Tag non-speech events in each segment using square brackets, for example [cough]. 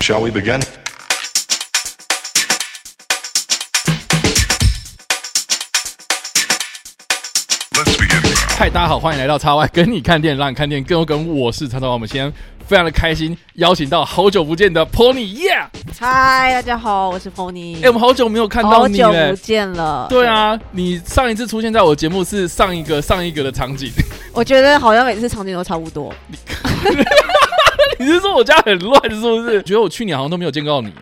Shall we begin? 嗨，大家好，欢迎来到叉 Y 跟你看电影，让你看电影更有梗。我是叉叉 Y，我们今天非常的开心，邀请到好久不见的 Pony 耶！嗨，大家好，我是 Pony。哎，我们好久没有看到好你久不了。见了。对，啊，你上一次出现在我节目是上一个上一个的场景， [laughs] 我觉得好像每次场景都差不多。你是说我家很乱是不是？觉得我去年好像都没有见到你耶。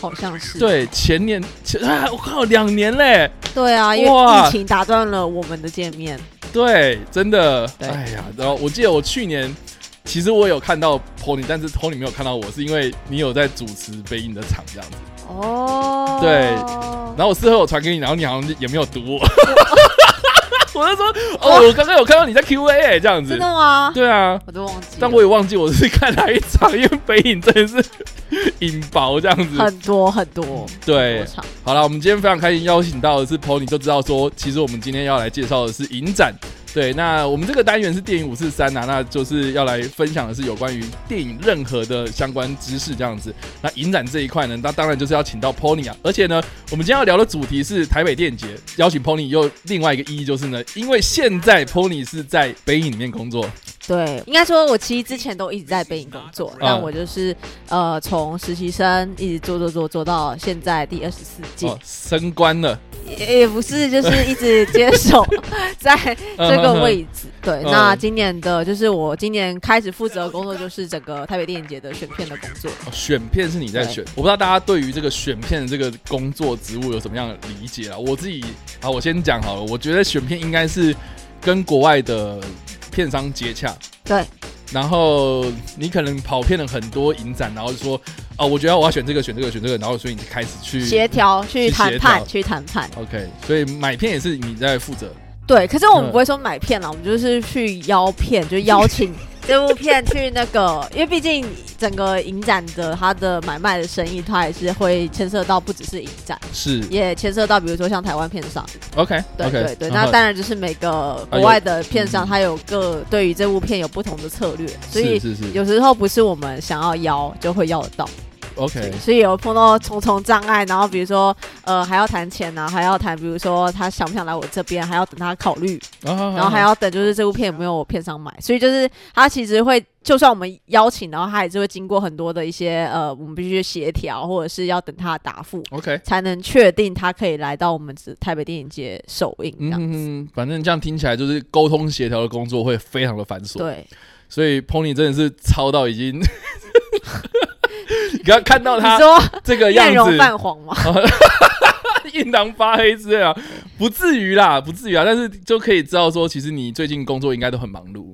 好像是对，前年前啊，我靠，两年嘞。对啊，因为哇疫情打断了我们的见面。对，真的。对哎呀，然后我记得我去年。其实我有看到 Pony，但是 Pony 没有看到我，是因为你有在主持北影的场这样子。哦，对然后我事后我传给你，然后你好像也没有读我。 [laughs] 我就说，哦，我刚刚有看到你在 Q A、欸、这样真子的，吗？对啊，我都忘记了。但我也忘记我是看哪一场，因为北影真的是 [laughs] 引爆这样子。很多很多对多，场。好了，我们今天非常开心邀请到的是 Pony，就知道说，其实我们今天要来介绍的是影展。对，那我们这个单元是电影五四三啊，那就是要来分享的是有关于电影任何的相关知识这样子。那影展这一块呢，那当然就是要请到 Pony 啊，而且呢，我们今天要聊的主题是台北电影节，邀请 Pony 又另外一个意义就是呢，因为现在 Pony 是在北影里面工作，对，应该说，我其实之前都一直在北影工作，嗯但我就是呃，从实习生一直做做做做到现在第二十四届，哦，升官了，也也不是，就是一直接手 [laughs] 在这个位置。对，嗯那今年的就是我今年开始负责的工作，就是整个台北电影节的选片的工作。哦选片是你在选，我不知道大家对于这个选片的这个工作职务有什么样的理解啊？我自己啊，我先讲好了，我觉得选片应该是跟国外的片商接洽，对，然后你可能跑遍了很多影展，然后就说哦，我觉得我要选这个，选这个，选这个，然后所以你就开始去协调去谈判，去去谈判。 OK，所以买片也是你在负责，对，可是我嗯们不会说买片啦，我们就是去邀片，就 [laughs] 邀请这部片去那个，因为毕竟整个影展的它的买卖的生意，它也是会牵涉到不只是影展，是也牵涉到比如说像台湾片商。 OK 对 OK，啊对对，那当然就是每个国外的片商，他有各对于这部片有不同的策略，所以嗯是是是有时候不是我们想要邀就会邀得到， OK 所以有碰到重重障碍，然后比如说呃还要谈钱啊，还要谈比如说他想不想来我这边，还要等他考虑，然然后还要等就是这部片有没有片商买，所以就是他其实会。就算我们邀请，然后他也是会经过很多的一些呃，我们必须去协调，或者是要等他的答复， OK。才能确定他可以来到我们台北电影节首映这嗯样哼哼，反正这样听起来就是沟通协调的工作会非常的繁琐。对，所以 Pony 真的是超到已 [laughs] 经，你刚看到你他说这个样面容子，泛黄吗？印堂发黑之类啊，不至于啦，不至于啊，但是就可以知道说，其实你最近工作应该都很忙碌。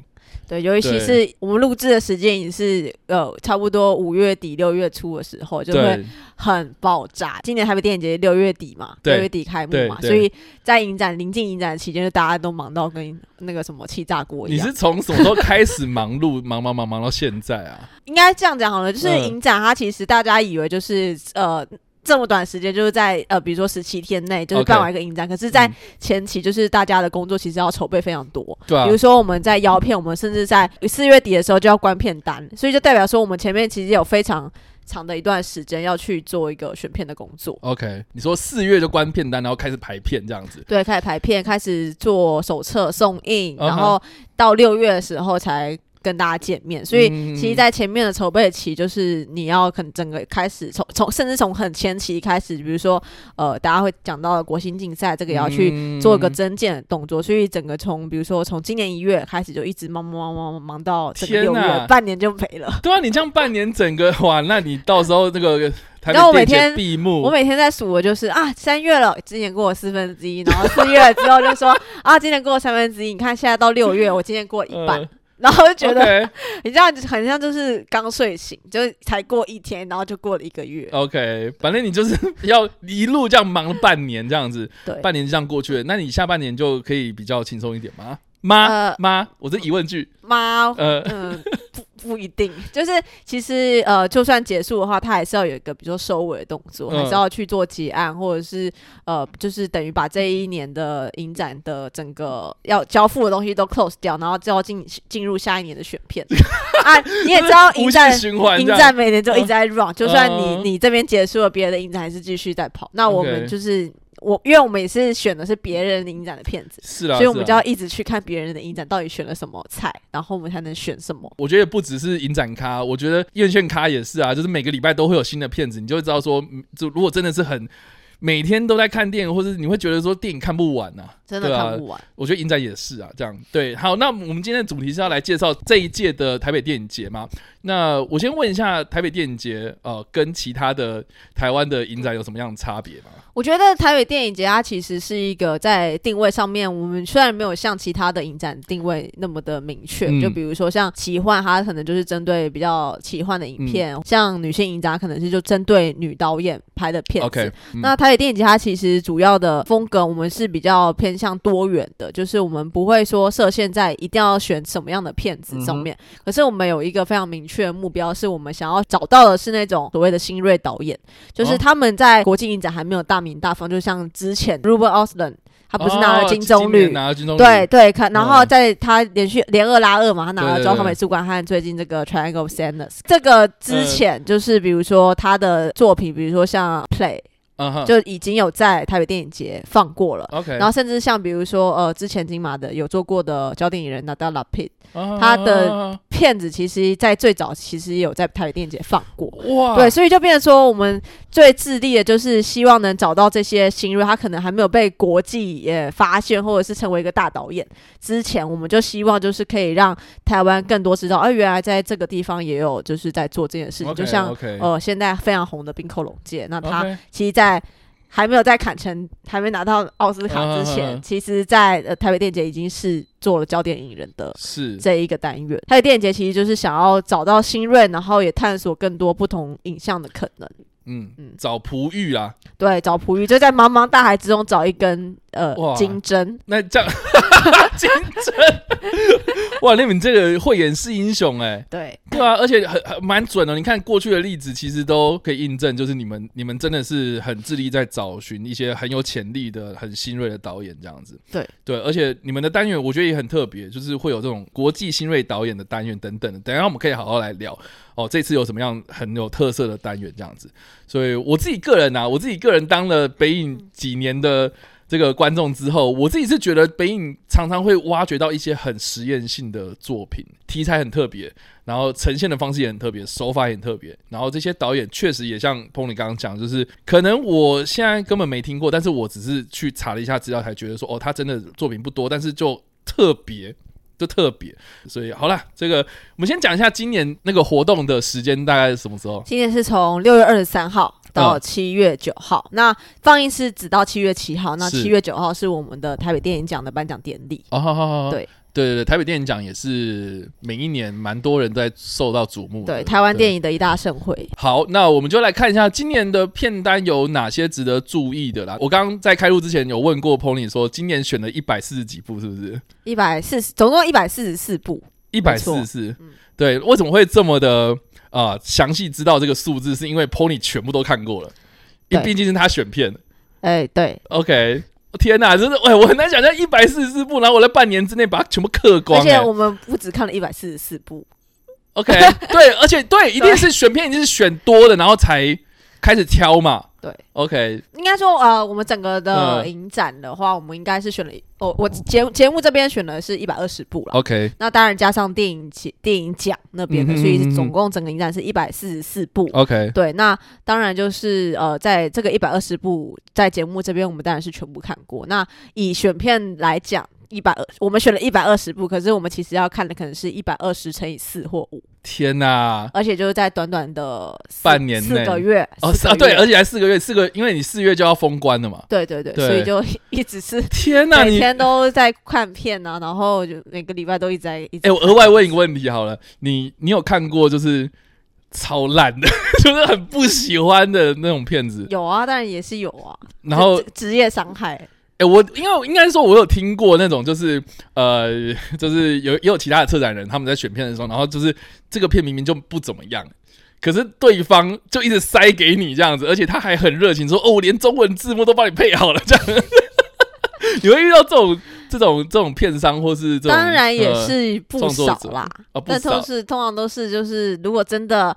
对，尤其是我们录制的时间也是呃，差不多五月底六月初的时候，就会对，很爆炸。今年台北电影节六月底嘛，对六月底开幕对嘛，对所以在影展临近影展期间，就大家都忙到跟那个什么气炸锅一你样是。从什么时候开始忙碌，忙忙忙忙到现在啊？应该这样讲好了，就是嗯影展它其实大家以为就是呃。这么短时间，就是在呃，比如说十七天内，就是 OK 办完一个影展。可是，在嗯前期，就是大家的工作其实要筹备非常多。对啊比，如说我们在邀片，我们甚至在四月底的时候就要关片单，所以就代表说我们前面其实有非常长的一段时间要去做一个选片的工作。 OK，你说四月就关片单，然后开始排片这样子。对，开始排片，开始做手册送印，嗯哼然后到六月的时候才跟大家见面。所以嗯其实，在前面的筹备期，就是你要可能整个开始从从甚至从很前期开始，比如说呃，大家会讲到的国新竞赛，这个也要去去做一个增建的动作，所以整个从比如说从今年一月开始就一直忙忙忙忙忙到整个天六哪月，半年就没了。 [laughs] 对啊，你这样半年整个 [laughs] 哇，那你到时候这 [laughs] 个台然后我北每电天影节闭幕，我每天在数，我就是啊，三月了，今年过了四分之一，然后四月了之后就说啊，今年过了三分之一，你看现在到六月，我今年过了一半。呃然后就觉得 OK，你这样很像就是刚睡醒，就是才过一天，然后就过了一个哦月。 [laughs] OK，反正你就是要一路这样忙了半年这样子，对，半年这样过去了，那你下半年就可以比较轻松一点吗？妈呃哦妈，我这疑问句，妈，呃，嗯，不不一定，就是其实呃，就算结束的话，它还是要有一个比如说收尾的动作，嗯还是要去做结案，或者是呃，就是等于把这一年的影展的整个要交付的东西都 close 掉，然后就要进进入下一年的选 [laughs] 片啊。你也知道影无展限循环影这样。展每年就一直在 run，、就算你嗯你这边结束了，别的影展还是继续在跑。那我 OK 们就是我，因为我们也是选的是别人的影展的片子，是啦，所以我们啊是啦就要一直去看别人的影展到底选了什么菜，然后我们才能选什么。我觉得也不只是影展咖，我觉得院线咖也是啊，就是每个礼拜都会有新的片子，你就会知道说，嗯就如果真的是很每天都在看电影，或者你会觉得说电影看不完啊，真的对啊看不完，我觉得影展也是啊，这样对。好，那我们今天的主题是要来介绍这一届的台北电影节嘛？那我先问一下，台北电影节呃，跟其他的台湾的影展有什么样的差别 [laughs] 吗？我觉得台北电影节它其实是一个在定位上面，我们虽然没有像其他的影展定位那么的明确，嗯就比如说像奇幻，它可能就是针对比较奇幻的影片；嗯像女性影展，可能是就针对女导演拍的片子。 OK，、嗯、那台北电影节它其实主要的风格，我们是比较偏向多元的，就是我们不会说设限在一定要选什么样的片子上嗯面。可是我们有一个非常明确的目标，是我们想要找到的是那种所谓的新锐导演，就是哦他们在国际影展还没有大名大放，就像之前 Ruben Osland，他不是拿了哦金棕今年榈。拿了金棕榈，对对，看，然后嗯在他连续连二拉二嘛，他拿对了对之后，对他美术馆和最近这个 Triangle of Sadness，这个之呃前就是比如说他的作品，比如说像 Play，嗯哼，就已经有在台北电影节放过了。 OK，然后甚至像比如说呃，之前金马的有做过的焦点影人 Nada La Pit 后他的啊骗子，其实在最早其实也有在台北电影节放过。哇，对，所以就变成说，我们最致力的就是希望能找到这些新锐，他可能还没有被国际也发现，或者是成为一个大导演之前，我们就希望就是可以让台湾更多知道，哎、原来在这个地方也有就是在做这件事情 o k 就像 OK，呃现在非常红的冰扣龙界，那他 OK 其实，在还没有在坎城还没拿到奥斯卡之嗯前，嗯嗯其实在，呃台北电影节已经是做了焦点影人的是这一个单元。台北电影节其实就是想要找到新锐，然后也探索更多不同影像的可能。嗯嗯找璞玉啊啦，对，找璞玉就在茫茫大海之中找一根呃哇金针。那这样 [laughs] 金针，哇，那你这个慧眼识英雄哎、对， [laughs] 对啊，而且很很蛮准的。你看过去的例子，其实都可以印证，就是你们你们真的是很致力在找寻一些很有潜力的、很新锐的导演这样子。对对，而且你们的单元我觉得也很特别，就是会有这种国际新锐导演的单元等等的。等一下我们可以好好来聊哦，这次有什么样很有特色的单元这样子。所以我自己个人啊，我自己个人当了北影几年的。这个观众之后，我自己是觉得北影常常会挖掘到一些很实验性的作品，题材很特别，然后呈现的方式也很特别，手法也很特别。然后这些导演确实也像彭你刚刚讲，就是可能我现在根本没听过，但是我只是去查了一下资料，才觉得说哦，他真的作品不多，但是就特别。就特别，所以好啦，这个我们先讲一下今年那个活动的时间大概是什么时候？今年是从六月二十三号到嗯七月九号，那放映是只到七月七号，那是七月九号是我们的台北电影奖的颁奖典礼。哦，好好好好对对对对，台北电影奖也是每一年蛮多人都在受到瞩目的。对，台湾对电影的一大盛会。好，那我们就来看一下今年的片单有哪些值得注意的啦。我刚刚在开录之前有问过 Pony 说，今年选了一百四十几部，是不是？一百四十，总共一百四十四部。一百四十四。嗯对，为什么会这么的啊详细知道这个数字？是因为 Pony 全部都看过了，因为对毕竟是他选片。哎、对， OK，天哪，真的，哎、我很难想象一百四十四部，然后我在半年之内把它全部嗑光、而且哎我们不只看了一百四十四部， OK，对， [laughs] 而且对，一定是选片，一定是选多的，然后才开始挑嘛。对，OK，应该说呃，我们整个的嗯影展的话，我们应该是选了，哦，我节节目这边选的是一百二十部了。 OK，那当然加上电影节电影奖那边的，哦嗯哼所嗯以是哼哦总共整个影展是一百四十四部。 OK，对，那当然就是呃，在这个一百二十部，在节目这边我们当然是全部看过。那以选片来讲，一百二我们选了一百二十部，可是我们其实要看的可能是一百二十乘以四或五，天哪！而且就是在短短的四半年四内个月哦，四是个啊，对，月而且还四个月，四个，因为你四月就要封关了嘛。对对对，对所以就一直 [laughs] 是天哪，每你天都在看片啊，然后就每个礼拜都一直在一直。哎，我额外问一个问题好了，你你有看过就是超烂的， [laughs] 就是很不喜欢的那种片子，有啊，当然也是有啊，然后就职职业伤害，哎、我因为我应该说，我有听过那种，就是呃，就是有也有其他的策展人，他们在选片的时候，然后就是这个片明明就不怎么样，可是对方就一直塞给你这样子，而且他还很热情说：“哦，我连中文字幕都帮你配好了。”这样， [laughs] 你会遇到这种这种这种片商或是这种，当然也呃是不创作少者啦，啊不但少都是通常都是就是如果真的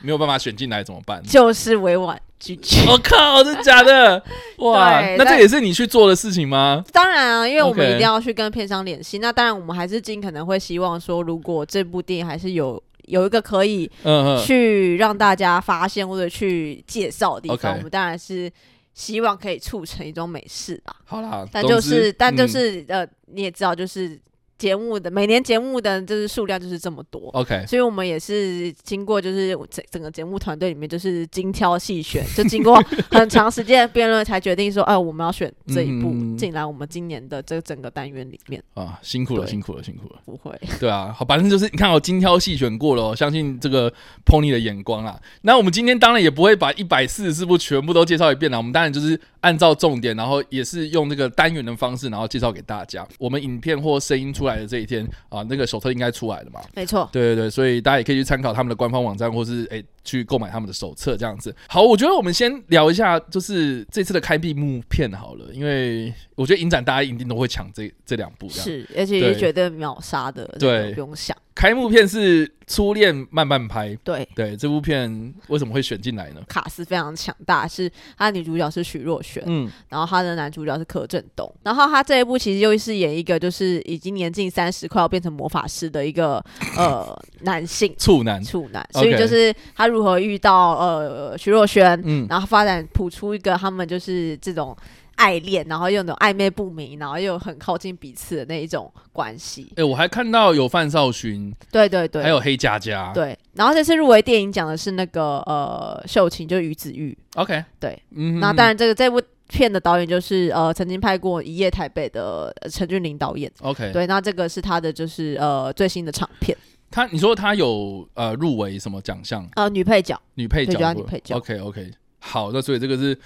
没有办法选进来怎么办？ [laughs] 就是委婉拒绝。我、靠，真的假的？哇，对那这但也是你去做的事情吗？当然啊，因为我们 OK 一定要去跟片商联系。那当然，我们还是尽可能会希望说，如果这部电影还是有有一个可以嗯嗯，去让大家发现或者去介绍的地方 OK 我们当然是希望可以促成一种美事啦。好啦，但总就之是，但就嗯是、呃，你也知道，就是节目的每年节目的就是数量就是这么多。 OK，所以我们也是经过，就是整整个节目团队里面，就是精挑细选，就经过很长时间的辩论，才决定说，哎，我们要选这一部嗯进来我们今年的这整个单元里面。啊，辛苦了，对辛苦了，辛苦了。 [laughs] 不会，对啊，好，反正就是你看我精挑细选过了、哦，相信这个 Pony 的眼光啦。那我们今天当然也不会把一百四十四部全部都介绍一遍啦，我们当然就是按照重点，然后也是用这个单元的方式，然后介绍给大家。我们影片或声音出来的这一天啊，那个手册应该出来了嘛？没错。对对对，所以大家也可以去参考他们的官方网站，或是诶去购买他们的手册这样子。好，我觉得我们先聊一下，就是这次的开闭幕片好了，因为我觉得影展大家一定都会抢这这两部这样。是，而且对也绝对秒杀的，这个对不用想。开幕片是《初恋慢慢拍》，对，对这部片为什么会选进来呢？卡斯非常强大，是他的女主角是徐若瑄，嗯，然后他的男主角是柯震东。然后他这一部其实又是演一个就是已经年近三十，快要变成魔法师的一个呃 [coughs] 男性处男，处男， OK 所以就是他如何遇到呃徐若瑄，嗯，然后发展谱出一个他们就是这种爱恋，然后又有那种暧昧不明，然后又很靠近彼此的那一种关系。哎、我还看到有范少勋，对对对，还有黑佳佳，对，然后这次入围电影奖的是那个呃秀琴，就是于子玉。 ，OK，对，嗯那当然，这个这部片的导演就是呃曾经拍过《一夜台北》的呃陈俊霖导演。 ，OK，对，那这个是他的就是呃最新的长片，他你说他有呃入围什么奖项？呃女配角女配角对就要不女配角，OK OK，好，那所以这个是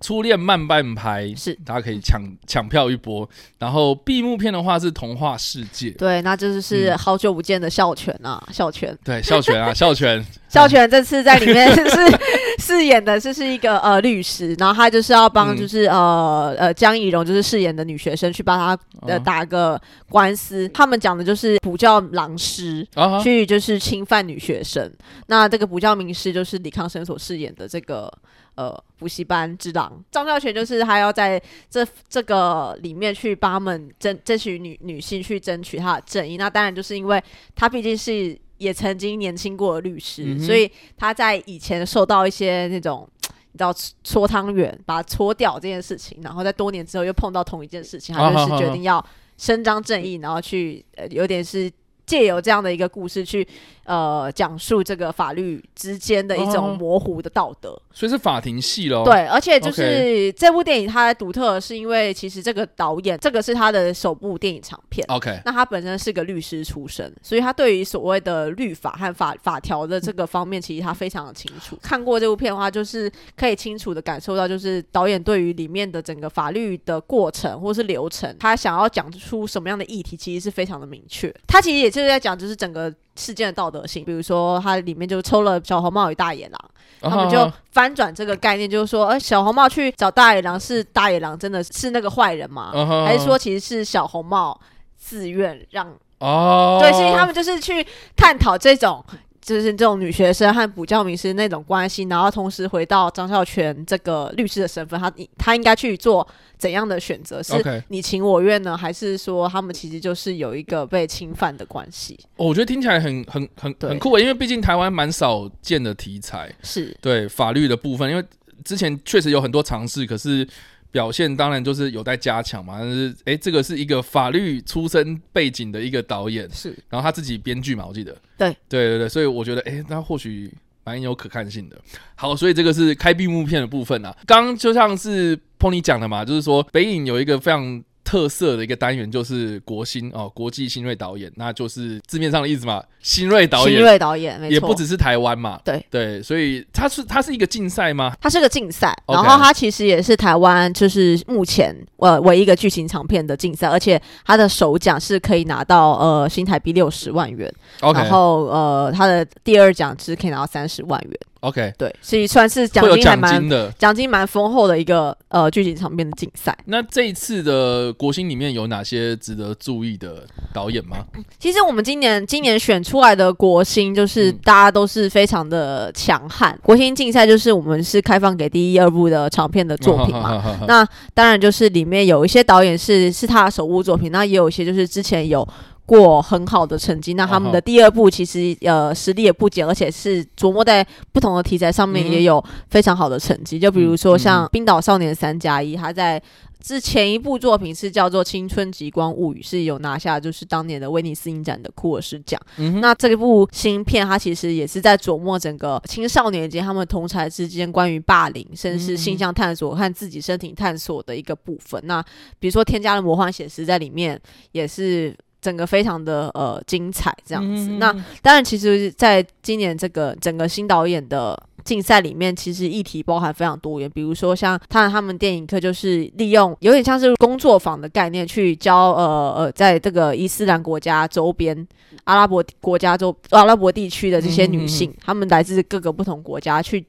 初恋慢半拍，是大家可以抢抢票一波。然后闭幕片的话是童话世界。对，那这就是嗯好久不见的孝全啊，孝全。对，孝全啊，孝全， [laughs] 孝全这次在里面是 [laughs] 饰演的就是一个呃律师，然后他就是要嗯帮就是、呃呃江以蓉就是饰演的女学生去帮他呃嗯打个官司，他们讲的就是补教狼师。啊，去就是侵犯女学生，那这个补教名师就是李康生所饰演的这个呃补习班之狼张孝全，就是他要在这这个里面去帮他们争争取女女性去争取她的正义。那当然就是因为他毕竟是也曾经年轻过的律师，嗯哼所以他在以前受到一些那种。你知道搓搓汤圆，把它搓掉这件事情，然后在多年之后又碰到同一件事情，他啊就好好是决好定要伸张正义，然后去呃有点是借由这样的一个故事去呃讲述这个法律之间的一哦种模糊的道德。所以是法庭戏咯。，对，而且就 OK 是这部电影它独特的是因为其实这个导演这个是他的首部电影长片。 ，OK，啊那他本身是个律师出身，所以他对于所谓的律法和法法条的这个方面，其实他非常的清楚。看过这部片的话，就是可以清楚的感受到，就是导演对于里面的整个法律的过程或是流程，他想要讲出什么样的议题，其实是非常的明确。他其实也就是在讲，就是整个。事件的道德性，比如说他里面就抽了小红帽与大野狼，他们就啊翻转这个概念，就是说，呃，小红帽去找大野狼是大野狼真的是那个坏人吗？啊还是说其实是小红帽自愿让？哦，对，所以他们就是去探讨这种。就是这种女学生和补教名师那种关系，然后同时回到张孝全这个律师的身份，他他应该去做怎样的选择？是 OK，你情我愿呢，还是说他们其实就是有一个被侵犯的关系？哦我觉得听起来很很很对很酷欸，因为毕竟台湾蛮少见的题材，是对法律的部分，因为之前确实有很多尝试，可是表现当然就是有待加强嘛。但是，诶，这个是一个法律出身背景的一个导演，是，然后他自己编剧嘛，我记得。对对对对，所以我觉得，诶，那或许蛮有可看性的。好，所以这个是开闭幕片的部分啊。刚刚就像是 Pony 讲的嘛，就是说北影有一个非常。特色的一个单元就是国新哦，国际新锐导演，那就是字面上的意思嘛，新锐导新演锐导演，没错，也不只是台湾嘛，对对，所以它是它是一个竞赛吗？它是个竞赛， OK 然后它其实也是台湾就是目前呃唯一一个剧情长片的竞赛，而且它的首奖是可以拿到呃新台币六十万元 OK 然后呃它的第二奖是可以拿到三十万元， OK，对，所以算是奖会有金还奖蛮金的。奖金蛮丰厚的一个呃剧情长片的竞赛。那这一次的国新里面有哪些值得注意的导演吗？其实我们今年今年选出来的国星，就是嗯大家都是非常的强悍。国星竞赛就是我们是开放给第一、二部的长片的作 [laughs] 品嘛，嘛那当然就是里面有一些导演是是他的首部作品，那也有一些就是之前有过很好的成绩，那他们的嗯哼第二部其实呃实力也不减，而且是琢磨在不同的题材上嗯面哼也有非常好的成绩，就比如嗯说嗯像《冰岛少年三加一》，他在。之前一部作品是叫做《青春极光物语》，是有拿下就是当年的威尼斯影展的库尔斯奖。嗯哼那这部新片，它其实也是在琢磨整个青少年间他们同才之间关于霸凌，嗯甚至是性向探索和自己身体探索的一个部分。那比如说添加了魔幻写实在里面，也是整个非常的呃精彩这样子。那当然，其实在今年这个整个新导演的竞赛里面，其实议题包含非常多元，比如说像他他们电影课就是利用有点像是工作坊的概念去教呃呃，在这个伊斯兰国家周边、阿拉伯国家周阿拉伯地区的这些女性，她们来自各个不同国家去。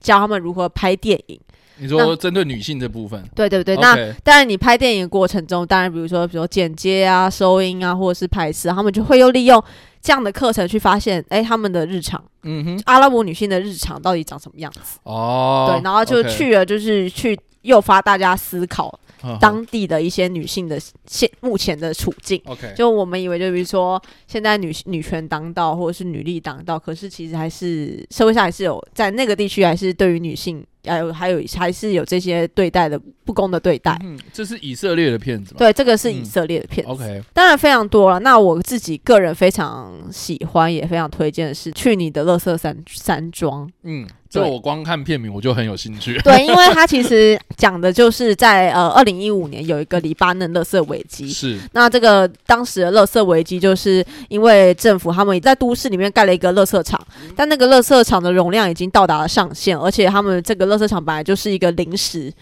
教她们如何拍电影，你说针对女性这部分，对对对。那 OK，当然，你拍电影的过程中，当然比如说，比如说剪接啊、收音啊，或者是拍摄，他们就会又利用这样的课程去发现，哎，他们的日常，嗯哼，阿拉伯女性的日常到底长什么样子？哦，对，然后就 OK，嗯去了，就是去诱发大家思考呵呵当地的一些女性的现目前的处境。 OK，就我们以为，就比如说现在女女权当道，或者是女力当道，可是其实还是社会上还是有在那个地区，还是对于女性，还有还有还是有这些对待的不公的对待。嗯，这是以色列的片子嘛？对，这个是以嗯色列的片子。 ，OK，当然非常多了。那我自己个人非常喜欢，也非常推荐的是《去你的乐色山山庄》。嗯，这对我光看片名我就很有兴趣。对，因为它其实讲的就是在呃，二零一五年有一个黎巴嫩垃圾危机。是，那这个当时的垃圾危机，就是因为政府他们在都市里面盖了一个垃圾场，但那个垃圾场的容量已经到达了上限，而且他们这个垃圾场本来就是一个临时。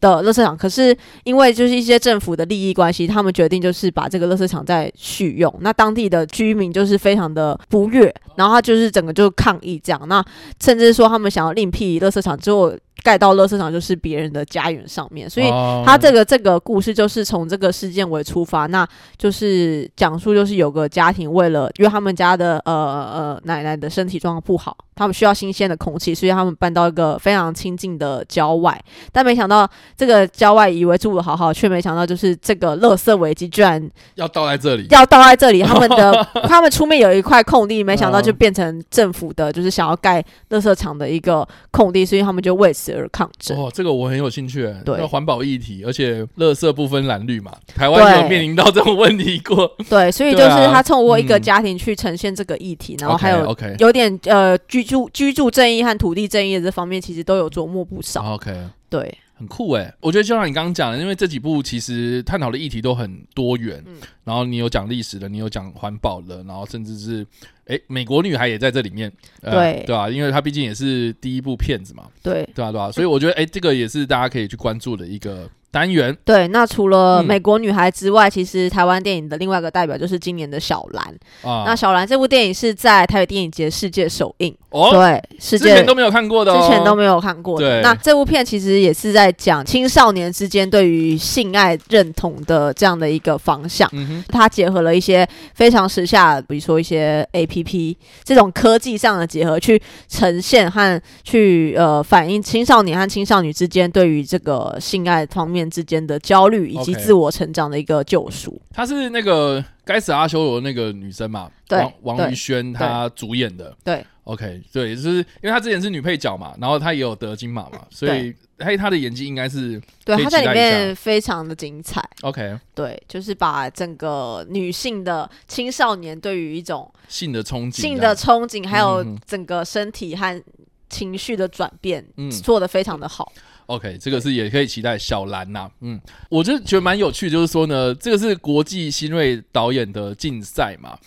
的垃圾场，可是因为就是一些政府的利益关系，他们决定就是把这个垃圾场再续用。那当地的居民就是非常的不悦，然后他就是整个就抗议这样。那甚至说他们想要另辟垃圾场，之后盖到垃圾场就是别人的家园上面，所以哦他这个这个故事就是从这个事件为出发，那就是讲述就是有个家庭为了因为他们家的呃呃奶奶的身体状况不好，他们需要新鲜的空气，所以他们搬到一个呃非常清静的郊外，但没想到这个郊外以为住的好好，却没想到就是这个垃圾危机居然要到在这里，要倒在这里，他们的他们出面有一块空地，没想到嗯就变成政府的就是想要盖垃圾场的一个空地，所以他们就为此而抗争。哦，这个我很有兴趣。对那环保议题，而且垃圾不分蓝绿嘛，台湾有对面临到这种问题过。对，所以就对是啊他通过一个嗯家庭去呈现这个议题，然后还有 OK 有点呃居住居住正义和土地正义的这方面，其实都有琢磨不嗯少。哦 OK。对，很酷哎、我觉得就像你刚刚讲的，因为这几部其实探讨的议题都很多元，嗯然后你有讲历史的，你有讲环保的，然后甚至是哎、美国女孩也在这里面，呃、对对啊，因为她毕竟也是第一部片子嘛，对。对啊对啊，所以我觉得哎、这个也是大家可以去关注的一个单元。对，那除了嗯美国女孩之外，其实台湾电影的另外一个代表就是今年的小兰。啊，那小兰这部电影是在台北电影节世界首映，哦，对，世之界前都没有看过的、哦，之前都没有看过的。对那这部片其实也是在讲青少年之间对于性爱认同的这样的一个方向。嗯哼，它结合了一些非常时下，比如说一些 A P P 这种科技上的结合，去呈现和去呃反映青少年和青少女之间对于这个性爱方面之间的焦虑，以及 OK 自我成长的一个救赎。她是那个该死阿修罗那个女生嘛，对王王对于轩她主演的，对，OK，对，就是因为她之前是女配角嘛，然后她也有得金马嘛，所以嘿，她的演技应该是对，可以它在期待里一面非常的精彩。 OK 对，就是把整个女性的青少年对于一种性的冲击，性的憧憬，还有嗯嗯嗯整个身体和情绪的转变，嗯做的非常的好。 OK，这个是也可以期待小兰呐、嗯，我就觉得蛮有趣，就是说呢，这个是国际新锐导演的竞赛嘛，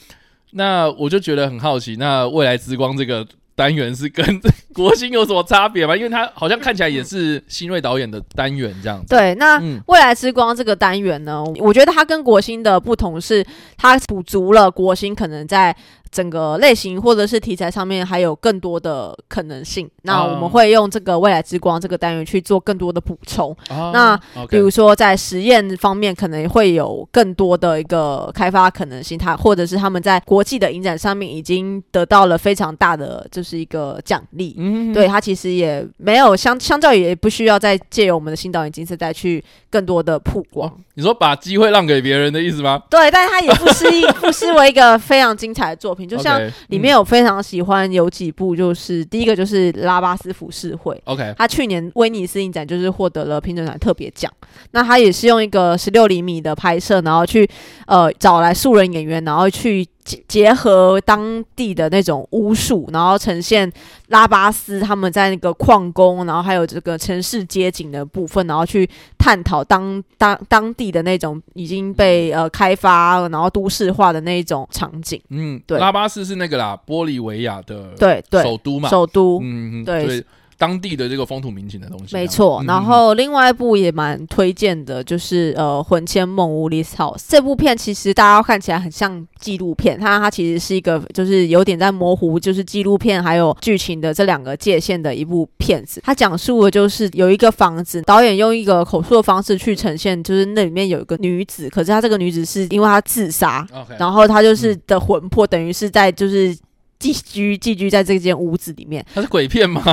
那我就觉得很好奇，那未来之光这个单元是跟 [laughs] 国新有什么差别吗？因为它好像看起来也是新锐导演的单元这样子。对，啊那嗯未来之光这个单元呢，我觉得它跟国新的不同是，它补足了国新可能在整个类型或者是题材上面还有更多的可能性。那我哦们会用这个未来之光这个单元去做更多的补充，啊那 OK 比如说在实验方面可能会有更多的一个开发可能性，它或者是他们在国际的影展上面已经得到了非常大的就是一个奖励。嗯对他其实也没有相相较于也不需要再借由我们的新导演金色再去更多的曝光，哦你说把机会让给别人的意思吗？对，但是他也不失一不失为一个非常精彩的作品，就像 OK，嗯里面有非常喜欢有几部，就是、第一个就是拉巴斯浮世绘。嗯 OK 他去年威尼斯影展就是获得了评审团特别奖，那他也是用一个十六厘米的拍摄，然后去呃找来素人演员，然后去结结合当地的那种巫术，然后呈现拉巴斯他们在那个矿工，然后还有这个城市街景的部分，然后去探讨当当当地的那种已经被呃开发然后都市化的那一种场景。嗯，对拉巴斯是那个啦，玻利维亚的对对，首都嘛，首都。嗯嗯，对对，当地的这个风土民情的东西，没错，嗯然后另外一部也蛮推荐的，就是呃《魂牵梦屋 This House》这部片，其实大家看起来很像纪录片，它它其实是一个就是有点在模糊，就是纪录片还有剧情的这两个界限的一部片子。它讲述的就是有一个房子，导演用一个口述的方式去呈现，就是那里面有一个女子，可是她这个女子是因为她自杀， OK，然后她就是的魂魄等于是在就是。寄居寄居在这间屋子里面，它是鬼片吗？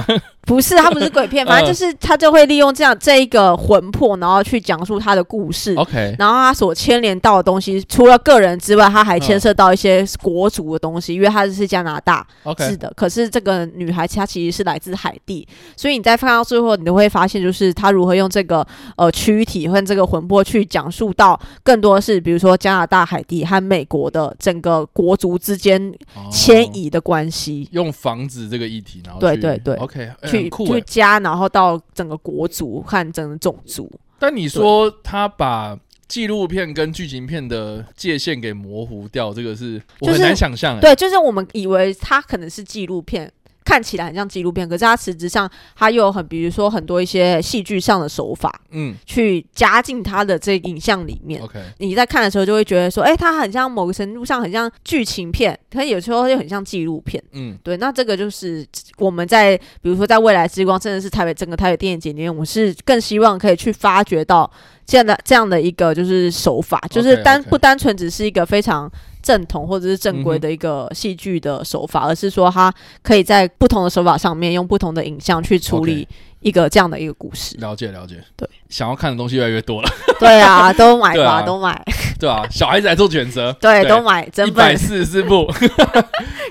不是，他不是鬼片， [laughs] 嗯反正就是他就会利用这样这一个魂魄，然后去讲述他的故事。 [laughs] OK，然后他所牵连到的东西，除了个人之外，他还牵涉到一些国族的东西，因为他是加拿大 OK，制的。可是这个女孩她其实是来自海地，所以你在看到最后，你都会发现，就是她如何用这个呃躯体和这个魂魄去讲述到更多是，比如说加拿大、海地和美国的整个国族之间哦迁移的关系。用房子这个议题，然后对去对对，OK，哎去很酷去哎。加，然后到整个国族和整个种族。但你说他把纪录片跟剧情片的界限给模糊掉，这个是我就很是难想象哎。对，就是我们以为它可能是纪录片，看起来很像纪录片，可是它实质上它又有很，比如说很多一些戏剧上的手法嗯去加进它的这个影像里面。 ，OK，你在看的时候就会觉得说，哎、它很像某个程度上很像剧情片，可有时候又很像纪录片。嗯，对，那这个就是我们在比如说在未来之光，甚至是台北整个台北电影节里面，我是更希望可以去发掘到这样的这样的一个就是手法，就是单 OK，OK 不单纯只是一个非常正统或者是正规嗯哼的一个戏剧的手法，而是说它可以在不同的手法上面用不同的影像去处 OK 理一个这样的一个故事。了解了解。对，想要看的东西越来越多了， [laughs] 对啊，都买对吧，啊都买，对吧？小孩子来做选择，对，对都买，真一百本四十四 [laughs] 部，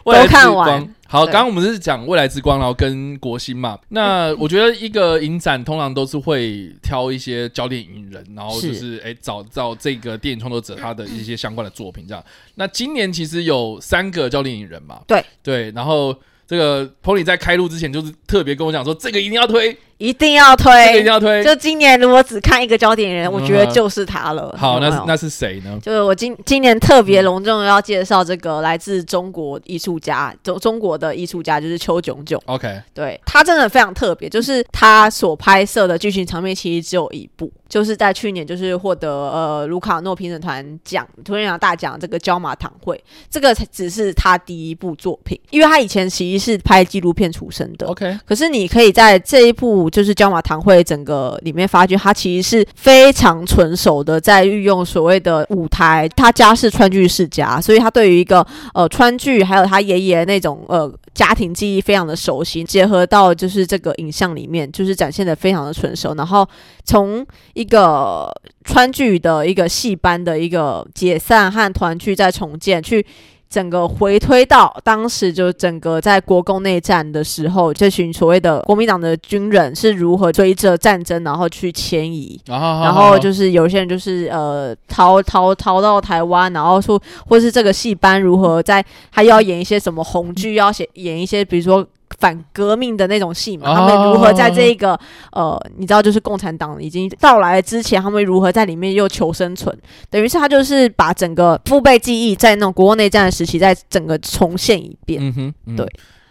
未来都之看光完。。好，对刚刚我们是讲未来之光，然后跟国新嘛。嗯那我觉得一个影展通常都是会挑一些焦点影人，然后就是哎找到这个电影创作者他的一些相关的作品这样。那今年其实有三个焦点影人嘛，对对，然后。这个 Pony 在开录之前就是特别跟我讲说，这个一定要推，一定要这个一定推。要推。就今年，如果只看一个焦点人，我觉嗯得就是他了。好，有那没是有那是谁呢？就是我今今年特别隆重要介绍这个来自中国艺术家，中中国的艺术家就是邱炯炯。 OK，对他真的非常特别，就是他所拍摄的剧情场面其实只有一部，就是在去年就是获得呃卢卡诺评审团奖、图片奖大奖这个椒麻堂会，这个才只是他第一部作品，因为他以前其实是拍纪录片出身的。 OK，可是你可以在这一部就是《椒麻堂会》整个里面发觉，它其实是非常纯熟的在运用所谓的舞台，他家是川剧世家，所以他对于一个呃川剧还有他爷爷那种呃家庭记忆非常的熟悉，结合到就是这个影像里面，就是展现的非常的纯熟，然后从一个川剧的一个戏班的一个解散和团聚再重建去。整个回推到当时就整个在国共内战的时候，这群所谓的国民党的军人是如何追着战争，然后去迁移。然后然后就是有一些人就是呃逃逃逃到台湾，然后说或是这个戏班如何在他又要演一些什么红剧，又要写演一些比如说反革命的那种戏嘛，哦他们如何在这一个呃，你知道，就是共产党已经到来之前，他们如何在里面又求生存，等于是他就是把整个父辈记忆在那种国共内战的时期，再整个重现一遍。嗯哼，嗯对，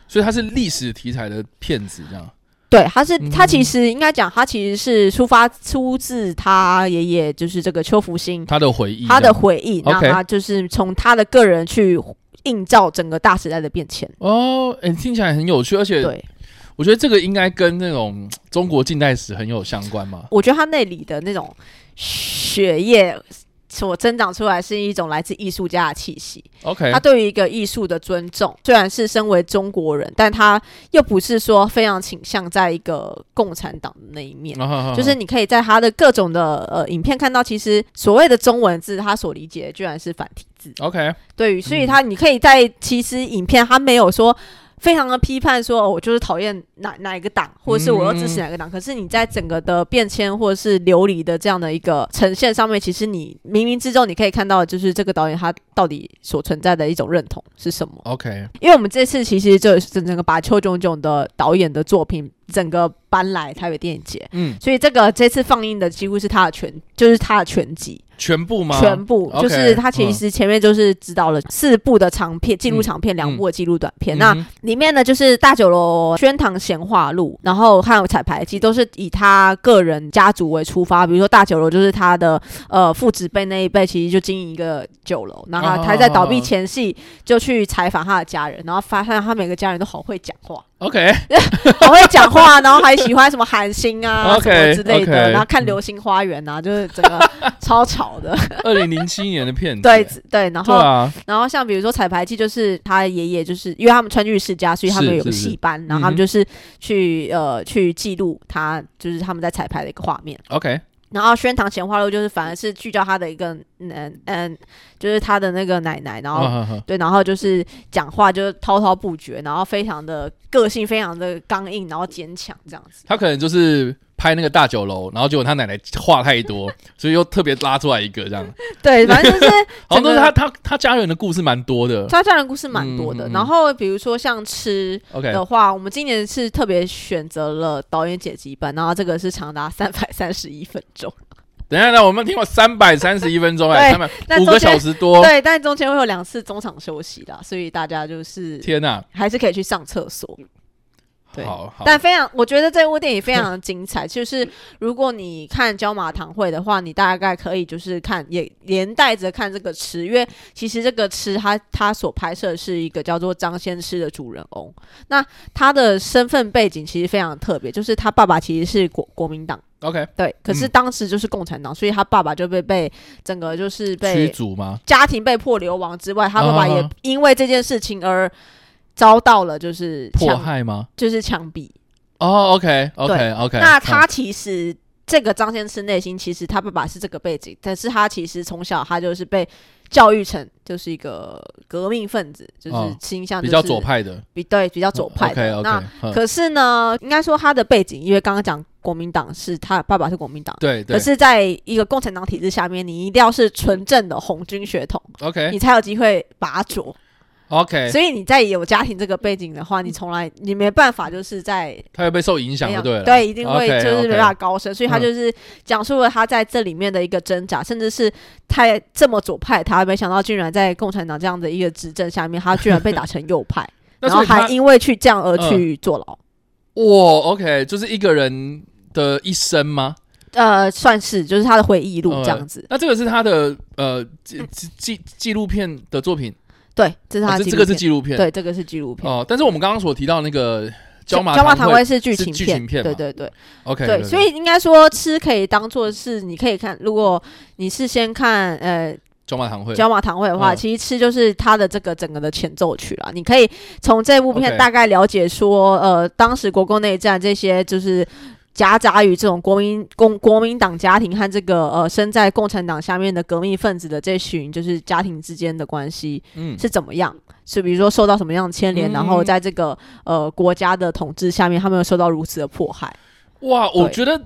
所以它是历史题材的片子这样。对，他是他嗯其实应该讲，他其实是出发出自他爷爷，就是这个邱福兴他的回忆，他的回忆，那 OK 他就是从他的个人去映照整个大时代的变迁。哦，哎、听起来很有趣，而且对，我觉得这个应该跟那种嘖中国近代史很有相关嘛。我觉得他那里的那种血液所增长出来是一种来自艺术家的气息。 OK，啊他对于一个艺术的尊重，虽然是身为中国人，但他又不是说非常倾向在一个共产党的那一面。啊就是你可以在他的各种的呃影片看到，其实所谓的中文字，他所理解的居然是繁体字。 OK，对于，所以他你可以在其实影片他没有说非常的批判说，哦，我就是讨厌哪哪一个党，或者是我要支持哪个党。可是你在整个的变迁或者是流离的这样的一个呈现上面，其实你冥冥之中你可以看到，就是这个导演他到底所存在的一种认同是什么。 OK，因为我们这次其实就是整整个把邱炯炯的导演的作品整个搬来台北电影节。嗯，所以这个这次放映的几乎是他的全，就是他的全集，全部吗？全部 OK，嗯就是他其实前面就是指导了四部的长片，记录长片，两、部的记录短片。那嗯哼里面呢，就是大九楼、宣堂闲话录，然后还有彩排，其实都是以他个人家族为出发。比如说大九楼就是他的呃父子辈那一辈，其实就经营一个酒楼，然后他哦他在倒闭前夕就去采访他的家人，然后发现他每个家人都好会讲 [laughs] 话， OK，好会讲话，然后还喜欢什么韩星 [laughs] 啊 OK，什么之类 OK 的，然后看《流星花园》啊，就是整个超吵 [laughs] 的，二零零七年的片子，对对，对然后啊，然后像比如说彩排季，就是他爷爷，就是因为他们川剧世家，所以他们是有个是是戏班，然后他嗯们哼就是去呃去记录他就是他们在彩排的一个画面。 OK，然后宣堂闲话录就是反而是聚焦他的一个嗯嗯，就是他的那个奶奶，然后、啊哈哈对，然后就是讲话就是滔滔不绝，然后非常的个性，非常的刚硬，然后坚强这样子。他可能就是拍那个大酒楼，然后结果他奶奶话太多，所以又特别拉出来一个这样。 [laughs] 对，反正就是好像都整是他个他他家人的故事蛮多的。他家人故事蛮多嗯的。嗯嗯然后比如说像吃。 OK，的话，我们今年是特别选择了导演剪辑版，然后这个是长达三百三十一分 [laughs] 钟。等一下，那我们听过三百三十一分钟，哎，对三百那五中个间小时哦多，对，但中间会有两次中场休息的，所以大家就是天哪！还是可以去上厕所。对好好，但非常，我觉得这部电影非常的精彩。 [laughs] 就是如果你看《椒麻堂会》的话，你大概可以就是看，也连带着看这个吃，因为其实这个吃他他所拍摄的是一个叫做张先师的主人翁。那他的身份背景其实非常特别，就是他爸爸其实是国国民党， OK，对，可是嗯当时就是共产党，所以他爸爸就被被整个就是驱被逐吗？家庭被迫流亡之外，他爸爸啊也因为这件事情而遭到了就是迫枪害吗？就是枪毙。哦，OK，OK，OK。那他其实这个张先生内心，其实他爸爸是这个背景，但是他其实从小他就是被教育成就是一个革命分子，就是哦倾向、嗯就是比较左，派的，比 [laughs] 对比较左派的。那 OK，OK，嗯可是呢，应该说他的背景，因为刚刚讲国民党是他爸爸是国民党。对可对是，在一个共产党体制下面，你一定要是纯正的红军血统，你才有机会拔擢。 ，OK，OK，所以你在有家庭这个背景的话，你从来你没办法就是在他会被受影响没有的，对了，对，一定会 OK，就是 OK 没办法高升，所以他嗯就是讲述了他在这里面的一个挣扎，甚至是他这么左派，他没想到居然在共产党这样的一个执政下面，他居然被打成右派，那然所后以他还因为去这样而去坐牢，哇，OK，就是一个人的一生吗？呃，算是就是他的回忆录呃这样子，那这个是他的呃纪纪纪纪录片的作品，对，这是他哦的这纪这录个是片，纪录片，对，这个是纪录片。哦，但是我们刚刚所提到那个椒麻椒麻堂堂会是剧是情剧片，情片对嘛对对，OK，对，所以应该说吃可以当做是你可以看，如果你是先看呃椒麻堂会椒麻堂会的话，嗯其实吃就是它的这个整个的前奏曲啦。你可以从这部 OK 片大概了解说呃，当时国共内战这些就是。夹杂于这种国民共国民党家庭和这个呃身在共产党下面的革命分子的这群就是家庭之间的关系嗯是怎么样？是比如说受到什么样的牵连，嗯然后在这个呃国家的统治下面，他们有受到如此的迫害。哇，我对觉得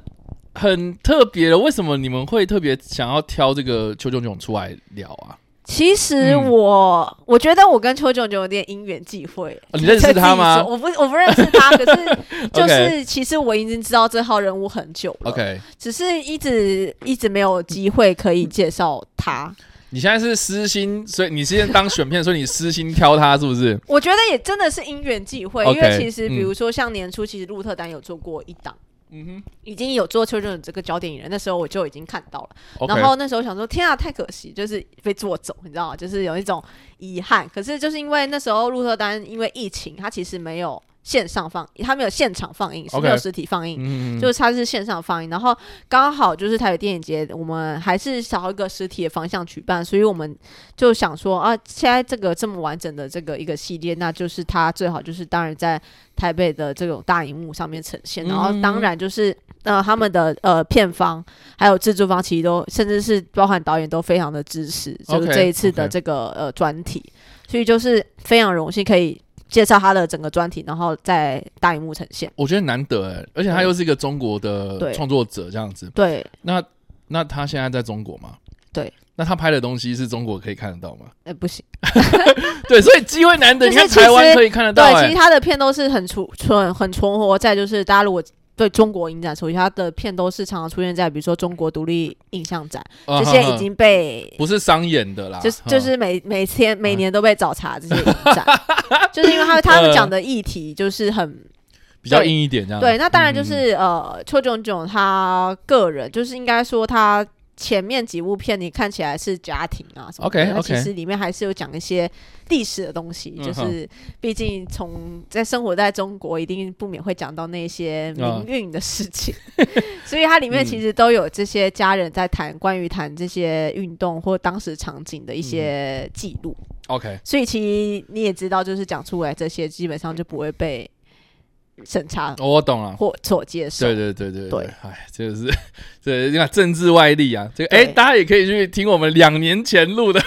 很特别了。为什么你们会特别想要挑这个邱炯炯出来聊啊？其实嗯我、我觉得我跟邱炯炯有点因缘际会、哦你认识就自己他吗说我不我不认识他， [laughs] 可是就 OK 是其实我已经知道这号人物很久了？OK，只是一直一直没有机会可以介绍他。你现在是私心，所以你现在当选片，所以你私心挑他是不是？我觉得也真的是因缘际会 OK，因为其实比嗯如说像年初，其实鹿特丹有做过一档。嗯已经有做邱炯炯这个焦点影人，那时候我就已经看到了。哼，OK，然后那时候想说，天啊，太可惜，就是被做走，你知道吗？就是有一种遗憾。可是就是因为那时候鹿特丹因为疫情，它其实没有线上放，它没有现场放映，是 OK 没有实体放映嗯就是它是线上放映，然后刚好就是台北电影节，我们还是朝一个实体的方向举办，所以我们就想说啊，现在这个这么完整的这个一个系列，那就是它最好就是当然在台北的这种大荧幕上面呈现，然后嗯当然就是。呃，他们的呃片方还有制作方其实都，甚至是包含导演都非常的支持，就是 OK，这一次的 OK 这个呃专题，所以就是非常荣幸可以介绍他的整个专题，然后在大荧幕呈现。我觉得难得哎、而且他又是一个中国的对创作者这样子。对，那那他现在在中国吗？对。那他拍的东西是中国可以看得到吗？呃，不行。对，所以机会难得，就你是看其实台湾可以看得到、对，其哎实他的片都是很存存很存活在，就是大家如果对中国影展熟悉，他的片都是常常出现在比如说中国独立影像展，啊这些哈哈已经被。不是商演的啦，就是嗯就是每每天每年都被找茬这些影 [laughs] 展，就是因为他们他嗯们讲的议题就是很比较硬一点这样。对，那当然就嗯嗯嗯是呃，邱炯炯他个人就是应该说他前面几部片你看起来是家庭啊什么的 OK，那其 OK 实里面还是有讲一些历史的东西，就嗯哼是毕竟从在生活在中国，一定不免会讲到那些啊民运的事情， [laughs] 所以它里嗯面其实都有这些家人在谈关于谈这些运动或当时场景的一嗯些记录， OK，所以其实你也知道，就是讲出来这些基本上就不会被审查哦我懂了。或所接受。对对对对对，哎，这个是 [laughs] 这你看政治外力啊，这个哎，对大家也可以去听我们两年前录的，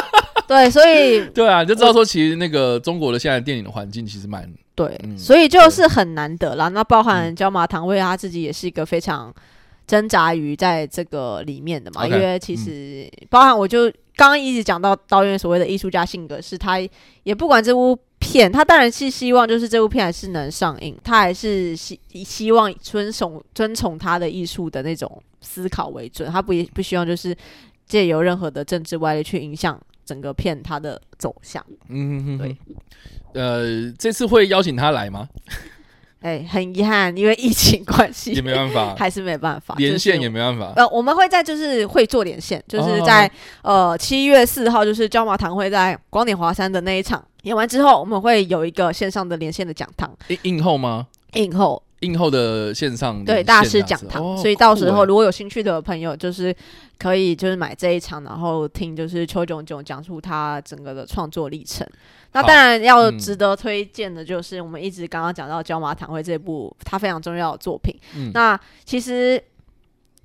[laughs] 对，所以对啊，你就知道说其实那个中国的现在电影的环境其实蛮对，嗯所以就是很难得啦。那包含椒麻糖味，他自己也是一个非常挣扎于在这个里面的嘛， OK，因为其实包含我就刚刚一直讲到导演所谓的艺术家性格，是他也不管这部片，他当然是希望就是这部片还是能上映，他还是希希望遵从遵从他的艺术的那种思考为准，他不不希望就是借由任何的政治外力去影响整个片它的走向。嗯哼哼哼对。呃，这次会邀请他来 [laughs] 吗？哎、很遗憾，因为疫情关系也，没办法，还是没办法连线也就是没办法。呃，我们会在就是会做连线，就是在、嗯呃七月四号，就是椒麻堂会在光点华山的那一场演完之后，我们会有一个线上的连线的讲堂，映映后吗？映后映后的线上连对线大师这样讲子堂，哦所以到时酷候欸如果有兴趣的朋友，就是可以就是买这一场，然后听就是邱炯炯讲述他整个的创作历程。那好当然要嗯值得推荐的就是我们一直刚刚讲到《椒麻堂会》这部他非常重要的作品。嗯那其实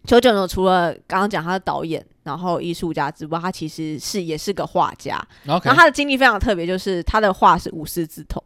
邱炯炯除了刚刚讲他的导演，然后艺术家之外，他其实是也是个画家。 OK，然后他的经历非常特别，就是他的画是无师自通，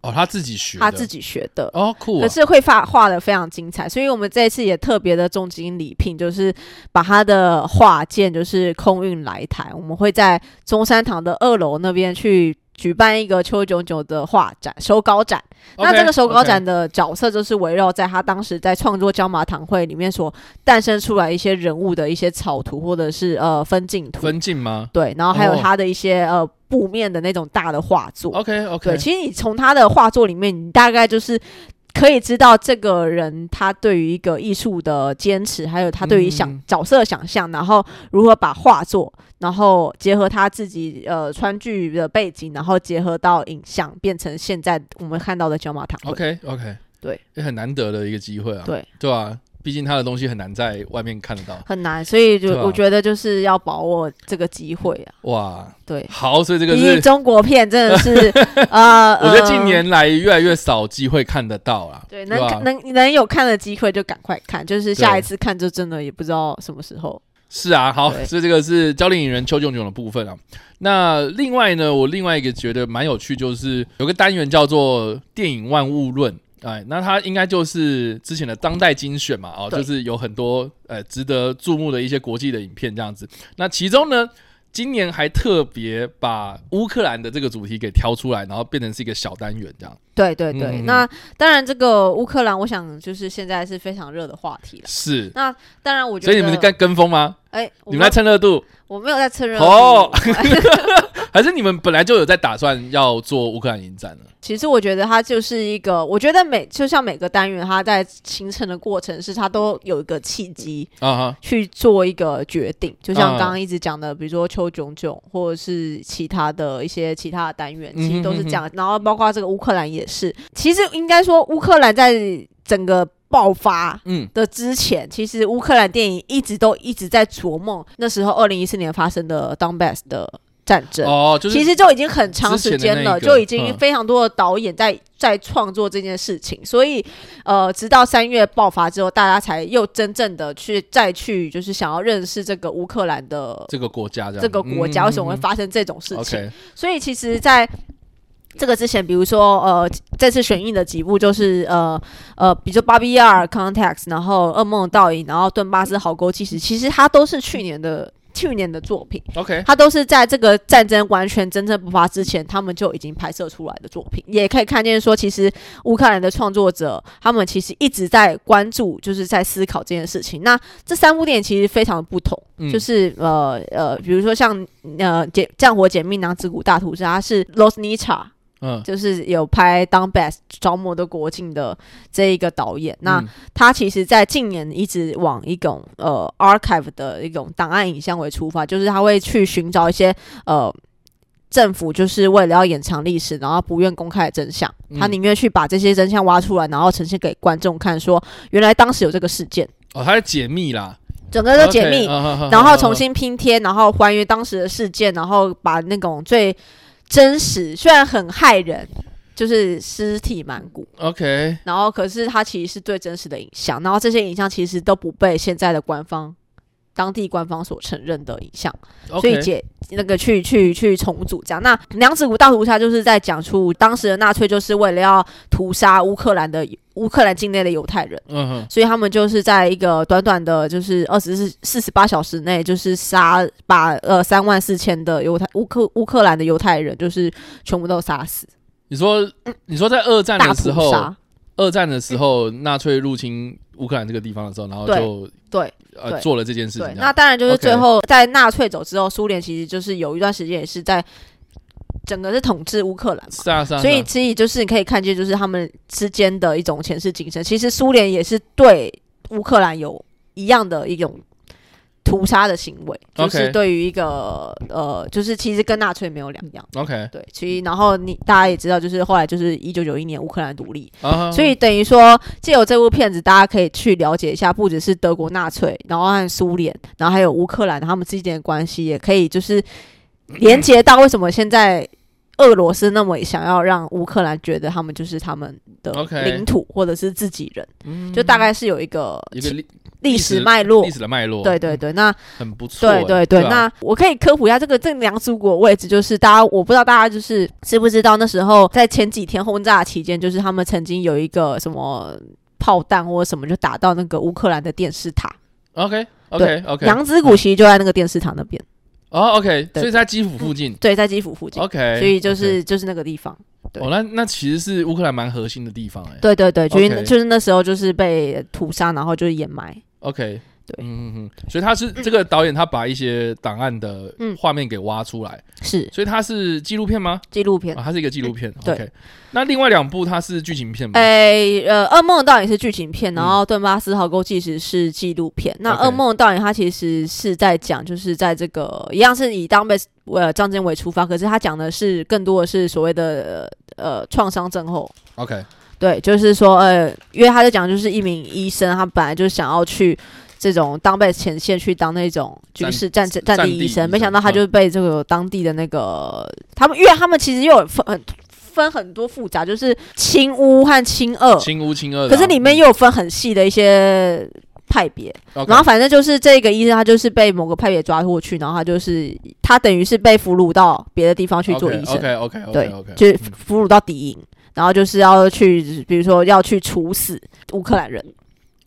哦，他自己学的，他自己学的。哦酷啊可是会画画的非常精彩，所以我们这一次也特别的重金礼聘，就是把他的画件就是空运来台，我们会在中山堂的二楼那边去举办一个邱炯炯的画展、手稿展。那 OK，这个手稿 OK 展的角色就是围绕在他当时在创作《椒麻堂会》里面所诞生出来一些人物的一些草图或者是呃分镜图，分镜吗对，然后还有哦他的一些、呃布面的那种大的画作。 ？OK OK，对，其实你从他的画作里面，你大概就是可以知道这个人他对于一个艺术的坚持，还有他对于想、嗯角色的想象，然后如何把画作，然后结合他自己呃川剧的背景，然后结合到影像，变成现在我们看到的九马堂会。 OK OK，对，也很难得的一个机会啊，对对啊，毕竟他的东西很难在外面看得 [laughs] 到。很难，所以就对啊我觉得就是要把握这个机会啊，哇，对。好，所以这个因为是中国片真的是， [laughs] 呃，我觉得呃近年来越来越少机会看得到啦，对，能吧？能能有看的机会就赶快看，就是下对一次看就真的也不知道什么时候。是啊，好，对所以这个是教练影人邱炯炯的部分啊。那另外呢，我另外一个觉得蛮有趣，就是有个单元叫做“电影万物论”。哎，那它应该就是之前的当代精选嘛，哦，对就是有很多呃值得注目的一些国际的影片这样子。那其中呢，今年还特别把乌克兰的这个主题给挑出来，然后变成是一个小单元这样。对对对，嗯那当然这个乌克兰，我想就是现在是非常热的话题了。是，那当然，我觉所得以你们跟跟风吗？哎，我你们在蹭热度，我没有在蹭热度哦 [laughs] 还是你们本来就有在打算要做乌克兰影展呢？其实我觉得它就是一个，我觉得每就像每个单元，它在形成的过程是它都有一个契机啊哈，去做一个决定，就像嗯刚刚一直讲的，比如说邱炯炯或者是其他的一些其他的单元，嗯其实都是这样。然后包括这个乌克兰也是，其实应该说乌克兰在整个爆发嗯，的之前，其实乌克兰电影一直都一直在琢磨那时候二零一四年发生的 Donbass 的战争。哦，就是其实就已经很长之时前间的那了，一个就已经嗯非常多的导演在、在创作这件事情，所以呃，直到三月爆发之后，大家才又真正的去再去就是想要认识这个乌克兰的这个国家这样，这个国家为什么会嗯嗯嗯发生这种事情。 OK，所以其实，在这个之前，比如说呃，这次选映的几部就是呃呃，比如说《芭比 R》《Contacts》，然后《噩梦的倒影》，然后《顿巴斯壕沟纪实》，其实它都是去年的去年的作品。 OK，它都是在这个战争完全真正爆发之前，他们就已经拍摄出来的作品，也可以看见说，其实乌克兰的创作者他们其实一直在关注，就是在思考这件事情。那这三部电影其实非常的不同，嗯就是呃呃，比如说像呃《解战火解密》《囊子谷大屠杀》是 Los Nita，嗯，就是有拍《Down Best》招募的国境的这一个导演。那、嗯他其实，在近年一直往一种呃 archive 的一种档案影像为出发，就是他会去寻找一些呃政府就是为了要掩藏历史，然后不愿公开的真相，嗯他宁愿去把这些真相挖出来，然后呈现给观众看说原来当时有这个事件，哦，它是解密啦，整个的解密 OK，啊哈哈然哈后哈重新拼贴，然后还原当时的事件，然后把那种最真实，虽然很害人，就是尸体满谷。 OK，然后可是它其实是最真实的影像，然后这些影像其实都不被现在的官方、当地官方所承认的影像所 OK，以解那个去去去重组这样。那娘子谷大屠杀就是在讲出当时的纳粹就是为了要屠杀乌克兰的乌克兰境内的犹太人。嗯哼，所以他们就是在一个短短的，就是二十四四十八小时内，就是杀把呃三万四千的犹太乌克乌克兰的犹太人，就是全部都杀死，你说你说在二战大的屠时候，杀。二战的时候，纳粹入侵乌克兰这个地方的时候，然后对就对，呃对做了这件事情对，这那样，当然就是 OK 最后在纳粹走之后，苏联其实就是有一段时间也是在整个是统治乌克兰嘛。是啊是啊，所以，是啊其实就是你可以看见，就是他们之间的一种前世今生。其实苏联也是对乌克兰有一样的一种屠杀的行为，就 OK 是对于一个呃，就是其实跟纳粹没有两样。 OK 对，其实然后你大家也知道，就是后来就是一九九一年乌克兰独立，啊哈，所以等于说，借由这部片子，大家可以去了解一下，不只是德国纳粹，然后和苏联，然后还有乌克兰他们之间的关系，也可以就是连接到为什么现在俄罗斯那么想要让乌克兰觉得他们就是他们的 OK 领土或者是自己人，嗯就大概是有一个一个历历历史史脉络历。史的脉络，对对，对，那很不错欸，对对对，啊那我可以科普一下这个这两祖国的位置，就是大家我不知道大家就是知不知道那时候在前几天轰炸期间，就是他们曾经有一个什么。炮弹或者什么就打到那个乌克兰的电视塔， OK OK OK，杨子谷其实就在那个电视塔那边，哦 OK，对所以在基辅附近对，在基辅附近， OK，所以就是就是那个地方，对哦，那那其实是乌克兰蛮核心的地方哎对对对，就是 OK 就是那时候就是被屠杀，然后就是掩埋， ，OK，对嗯嗯嗯，所以他是这个导演，他把一些档案的嗯画面给挖出来，是所以他是纪录片吗？纪录片啊，。它是一个纪录片。对 OK，那另外两部它是剧情片吗？诶、呃，《噩梦的倒影》是剧情片，嗯然后《顿巴斯壕沟纪实》是纪录片。那《 OK 噩梦的倒影》它其实是在讲，就是在这个一样是以当被呃张真伟出发，可是它讲的是更多的是所谓的呃呃创伤症候。 OK，对，就是说呃，因为他在讲就是一名医生，他本来就想要去。这种当被前线去当那种军事战战战地地医医生，生没想到他嗯就被这个当地的那个他们，因为他们其实又有分很分很多复杂，就是亲乌和亲俄，亲乌亲二的啊。可是里面又有分很细的一些派别，嗯，OK，然后反正就是这个医生他就是被某个派别抓过去，然后他就是他等于是被俘虏到别的地方去做医生， OK 嗯 OK 对 OK，就是俘虏到敌营，然后就是要去，比如说要去处死乌克兰人，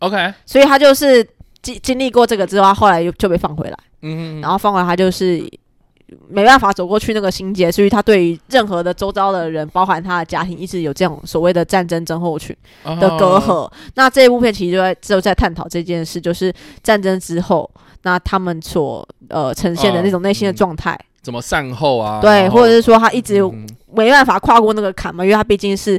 OK，所以他就是经经历过这个之后，他后来又就被放回来，嗯，然后放回来他就是没办法走过去那个心结，所以他对于任何的周遭的人，包含他的家庭，一直有这种所谓的战争症候群。的哦隔阂。那这一部片其实就在就在探讨这件事，就是战争之后，那他们所呃呈现哦的那种内心的状态，怎么善后啊？对，然后或者是说他一直嗯没办法跨过那个坎嘛，因为他毕竟是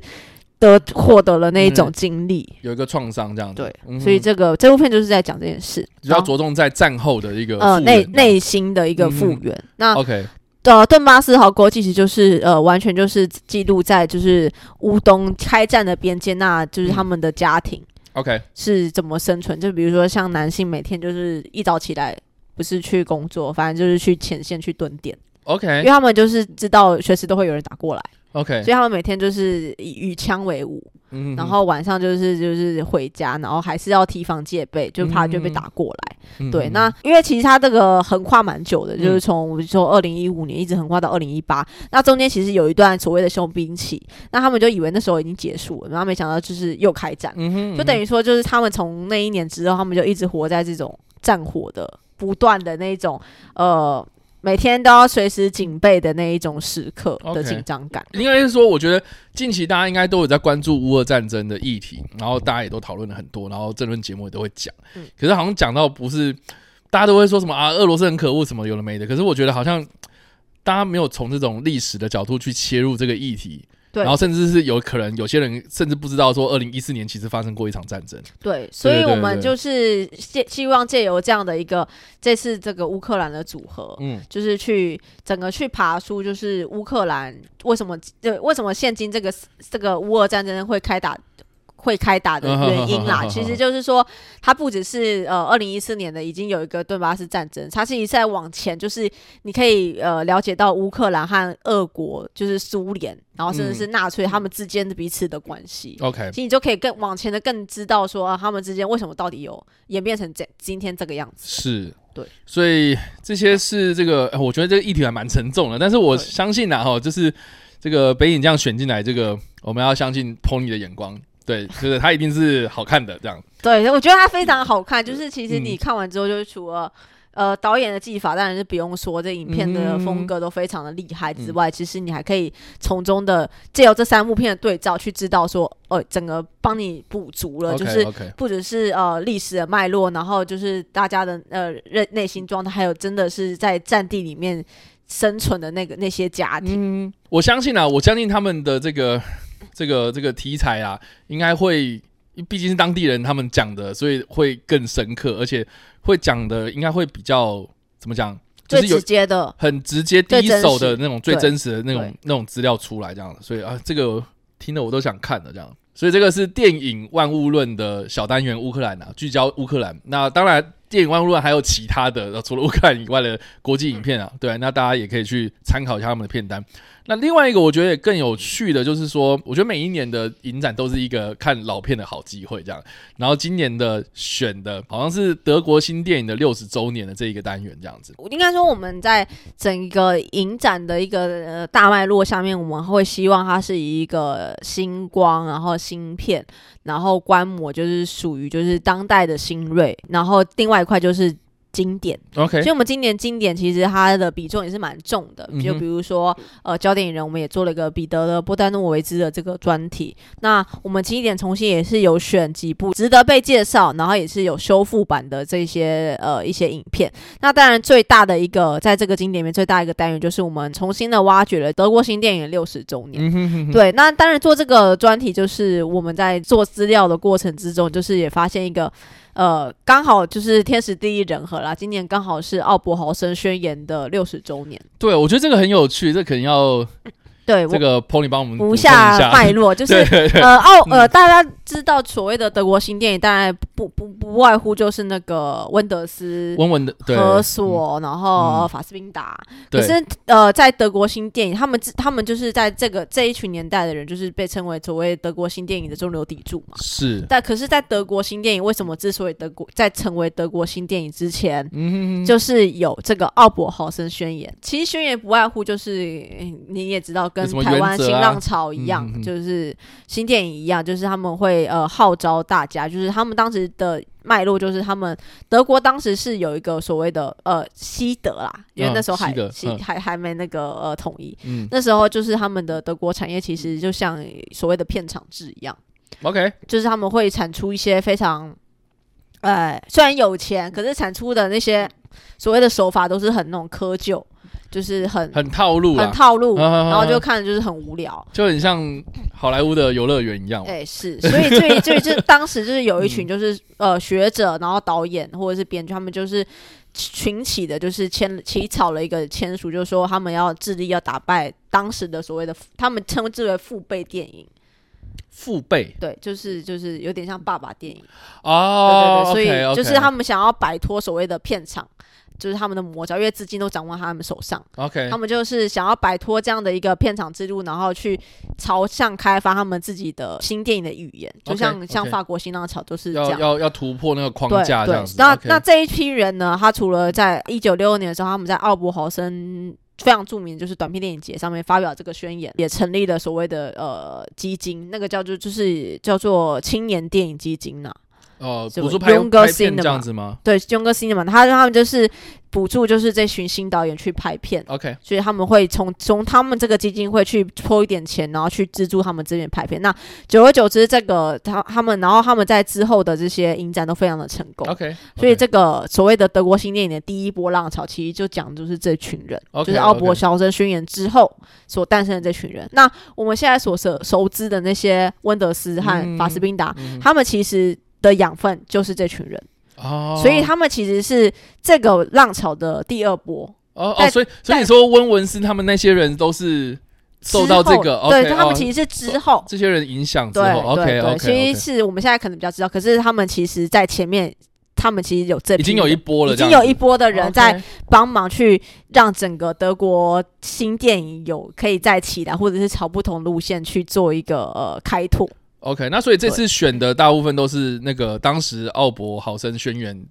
得获得了那一种经历。有一个创伤这样子，对，嗯嗯哼所以这个这部片就是在讲这件事，比较然后着重在战后的一个呃复内原内心的一个复嗯原。那 OK 呃，顿巴斯壕沟其实就是呃，完全就是记录在就是乌东开战的边界，那嗯就是他们的家庭， OK 是怎么生存？就比如说像男性每天就是一早起来，不是去工作，反正就是去前线去蹲点，因为 OK 他们就是知道随时都会有人打过来， OK，所以他们每天就是以以枪为伍，嗯哼然后晚上就是就是回家，然后还是要提防戒备，就怕就被打过来。嗯对，哼那因为其实它这个横跨蛮久的，嗯就是从我们说二零一五年一直横跨到二零一八，那中间其实有一段所谓的休兵期，那他们就以为那时候已经结束了，然后没想到就是又开战。嗯哼就等于于说，就是他们从那一年之后，他们就一直活在这种战火的不断的那一种呃，每天都要随时警备的那一种时刻 OK 的紧张感。应该是说，我觉得近期大家应该都有在关注乌俄战争的议题，然后大家也都讨论了很多，然后这轮节目也都会讲。嗯可是好像讲到不是，大家都会说什么啊，俄罗斯很可恶什么有的没的。可是我觉得好像大家没有从这种历史的角度去切入这个议题，对然后甚至是有可能有些人甚至不知道说，二零一四年其实发生过一场战争。对，所以对对我们就是希希望借由这样的一个这次这个乌克兰的组合。嗯就是去整个去爬出，就是乌克兰为什么对为什么现今这个这个乌俄战争会开打会开打嗯的原因啦，其实就是说，它不只是呃，二零一四年的已经有一个顿巴斯战争，它是一再往前，就是你可以呃了解到乌克兰和俄国，就是苏联，然后甚嗯至是纳粹他们之间的彼此的关系。 ，OK，其实你就可以更往前的更知道说、啊他们之间为什么到底有演变成这今天这个样子。是，对，所以这些是这个，呃我觉得这个议题还蛮沉重的，但是我对相信呐，哈，就是这个北影这样选进来，这个我们要相信 Pony 的眼光，对，就是他一定是好看的这样。对，我觉得它非常好看，就是其实嗯你看完之后，就是除了。呃，导演的技法当然是不用说，这影片嗯的风格都非常的厉害之外，其实你还可以从中的借由这三部片的对照去知道说，呃，整个帮你补足了 OK 就是 OK，不只是呃历史的脉络，然后就是大家的呃内内心状态，还有真的是在战地里面生存的那个那些家庭。嗯，我相信啊，我相信他们的这个这个这个题材啊，应该会。毕竟是当地人，他们讲的，所以会更深刻，而且会讲的应该会比较怎么讲，就最是有直接的，很直接、第一手的那种最真最真实的那种对那种资料出来，这样，所以啊，这个听了我都想看了，这样。所以这个是电影《万物论》的小单元乌克兰啊，聚焦乌克兰。那当然，电影《万物论》还有其他的，呃除了乌克兰以外的国际影片啊，对，那大家也可以去参考一下他们的片单。那另外一个我觉得也更有趣的就是说，我觉得每一年的影展都是一个看老片的好机会，这样。然后今年的选的好像是德国新电影的六十周年的这一个单元，这样子。我应该说我们在整个影展的一个呃大脉络下面，我们会希望它是以一个星光，然后芯片，然后观摩，就是属于就是当代的新锐，然后另外一块就是经典。 OK，其实我们今年经典其实它的比重也是蛮重的嗯哼，就比如说呃焦点影人，我们也做了一个彼得的波丹诺维兹的这个专题。那我们经典重新也是有选几部值得被介绍，然后也是有修复版的这些呃一些影片。那当然最大的一个在这个经典里面最大一个单元就是我们重新的挖掘了德国新电影六十周年。嗯哼哼哼对，那当然做这个专题，就是我们在做资料的过程之中，就是也发现一个，呃，刚好就是天时地利人和啦。今年刚好是奥伯豪森宣言的六十周年，对，我觉得这个很有趣，这可能要这对，我个 Pony 帮我们补充不一下下。脉络，就是对 [laughs] 对嗯对，呃，奥呃，大家知道所谓的德国新电影，当然不不不外乎就是那个温德斯。温文的对何索，然后嗯法斯宾达，可对是呃，在德国新电影，他们自他们就是在这个这一群年代的人，就是被称为所谓德国新电影的中流砥柱嘛。是，但可是，在德国新电影为什么之所以德国在成为德国新电影之前，嗯哼哼就是有这个奥伯豪森宣言？其实宣言不外乎就是嗯你也知道跟什么台湾原则新啊浪潮一样，嗯嗯嗯就是新电影一样，就是他们会呃号召大家，就是他们当时的脉络就是他们德国当时是有一个所谓的呃西德啦，因为嗯那时候还西德西嗯还还没那个呃统一， [laughs] 嗯那时候就是他们的德国产业其实就像所谓的片场制一样。 ，OK，就是他们会产出一些非常，呃，虽然有钱，可是产出的那些所谓的手法都是很那种窠臼，就是很很套路很啦，套路，啊啊啊然后就看着就是很无聊。就很像好莱坞的游乐园一样嘛。哎、是，所以所以所以就当时就是有 [laughs] 一群就是、呃学者，然后导演或者是编剧，他们就是群起的，就是签起草了一个签署，就是说他们要致力要打败当时的所谓的他们称之为父辈电影，父辈对，就是就是有点像爸爸电影。哦，对对对 OK，OK 所以就是他们想要摆脱所谓的片场，就是他们的魔爪，因为资金都掌握在他们手上， OK，他们就是想要摆脱这样的一个片场制度，然后去朝向开发他们自己的新电影的语言，就 OK，像 OK 像法国新浪潮都是这要样。要要突破那个框对架这对样子，。那 OK 那这一批人呢，他除了在一九六二年的时候，他们在奥伯豪森非常著名，就是短片电影节上面发表这个宣言，也成立了所谓的呃基金，那个叫做就是叫做青年电影基金呐、哦，什补么助拍 Younger 拍片 Cinema 这样子吗对，用个 cinema，他他们就是补助，就是这群新导演去拍片， ？OK，所以他们会从从他们这个基金会去抽一点钱，然后去资助他们这边拍片。那久而久之，这个他他们，然后他们在之后的这些影展都非常的成功。 OK，所以这个所谓的德国新电影的第一波浪潮，其实就讲的就是这群人 OK，就是奥伯 OK 肖森宣言之后所诞生的这群人。那我们现在所熟熟知的那些温德斯和嗯法斯宾达，嗯他们其实的养分就是这群人。哦，所以他们其实是这个浪潮的第二波，哦哦，在所以所以你说温文斯他们那些人都是受到这之个后 OK，对，他们哦其实是之后，这些人影响之对后对，OK 对，其 OK，实是我们现在可能比较知道，可是他们其实在前面，他们其实有这批已经有一人波了已这经样子，有一波的人 OK 在帮忙去让整个德国新电影有可以再起来，或者是朝不同路线去做一个呃开拓。 OK，那所以这对次选的大部分都是那个当时奥博豪森宣言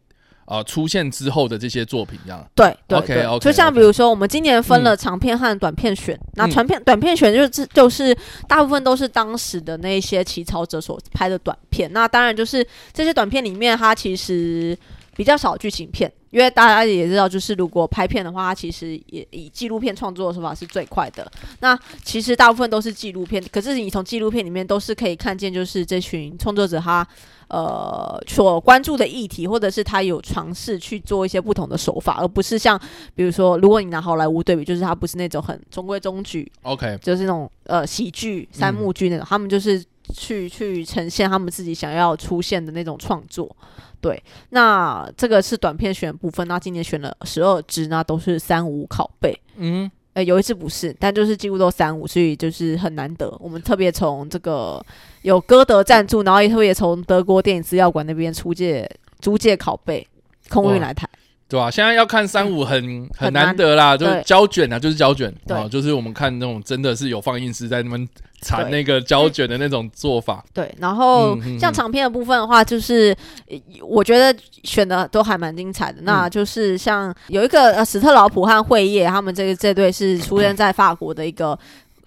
啊、呃出现之后的这些作品，这样对对 OK，对 OK，嗯就像 OK 比如说，我们今年分了长片和短片选，那嗯长片短片选就是就是大部分都是当时的那些起草者所拍的短片。那当然就是这些短片里面，它其实比较少剧情片，因为大家也知道，就是如果拍片的话，它其实也以纪录片创作的手法是最快的。那其实大部分都是纪录片，可是你从纪录片里面都是可以看见，就是这群创作者他呃所关注的议题，或者是他有尝试去做一些不同的手法，而不是像比如说，如果你拿好莱坞对比，就是他不是那种很中规中矩， OK 就是那种呃喜剧、三幕剧那种，他们就是去去呈现他们自己想要出现的那种创作。对，那这个是短片选的部分，那今年选了十二支，那都是三五拷贝。嗯呃，有一次不是，但就是几乎都三五，所以就是很难得。我们特别从这个有歌德赞助，然后也特别从德国电影资料馆那边出借租借拷贝，空运哇来台。对啊吧、现在要看三五很很很难难得啦，就对是胶卷啊，就是胶卷对啊，就是我们看那种真的是有放映师在那边对缠那个胶卷的那种做法。对，然后嗯嗯像嗯长片的部分的话，就是呃我觉得选的都还蛮精彩的。嗯那就是像有一个呃史特劳普和惠叶他们这个这对是出现在法国的一个。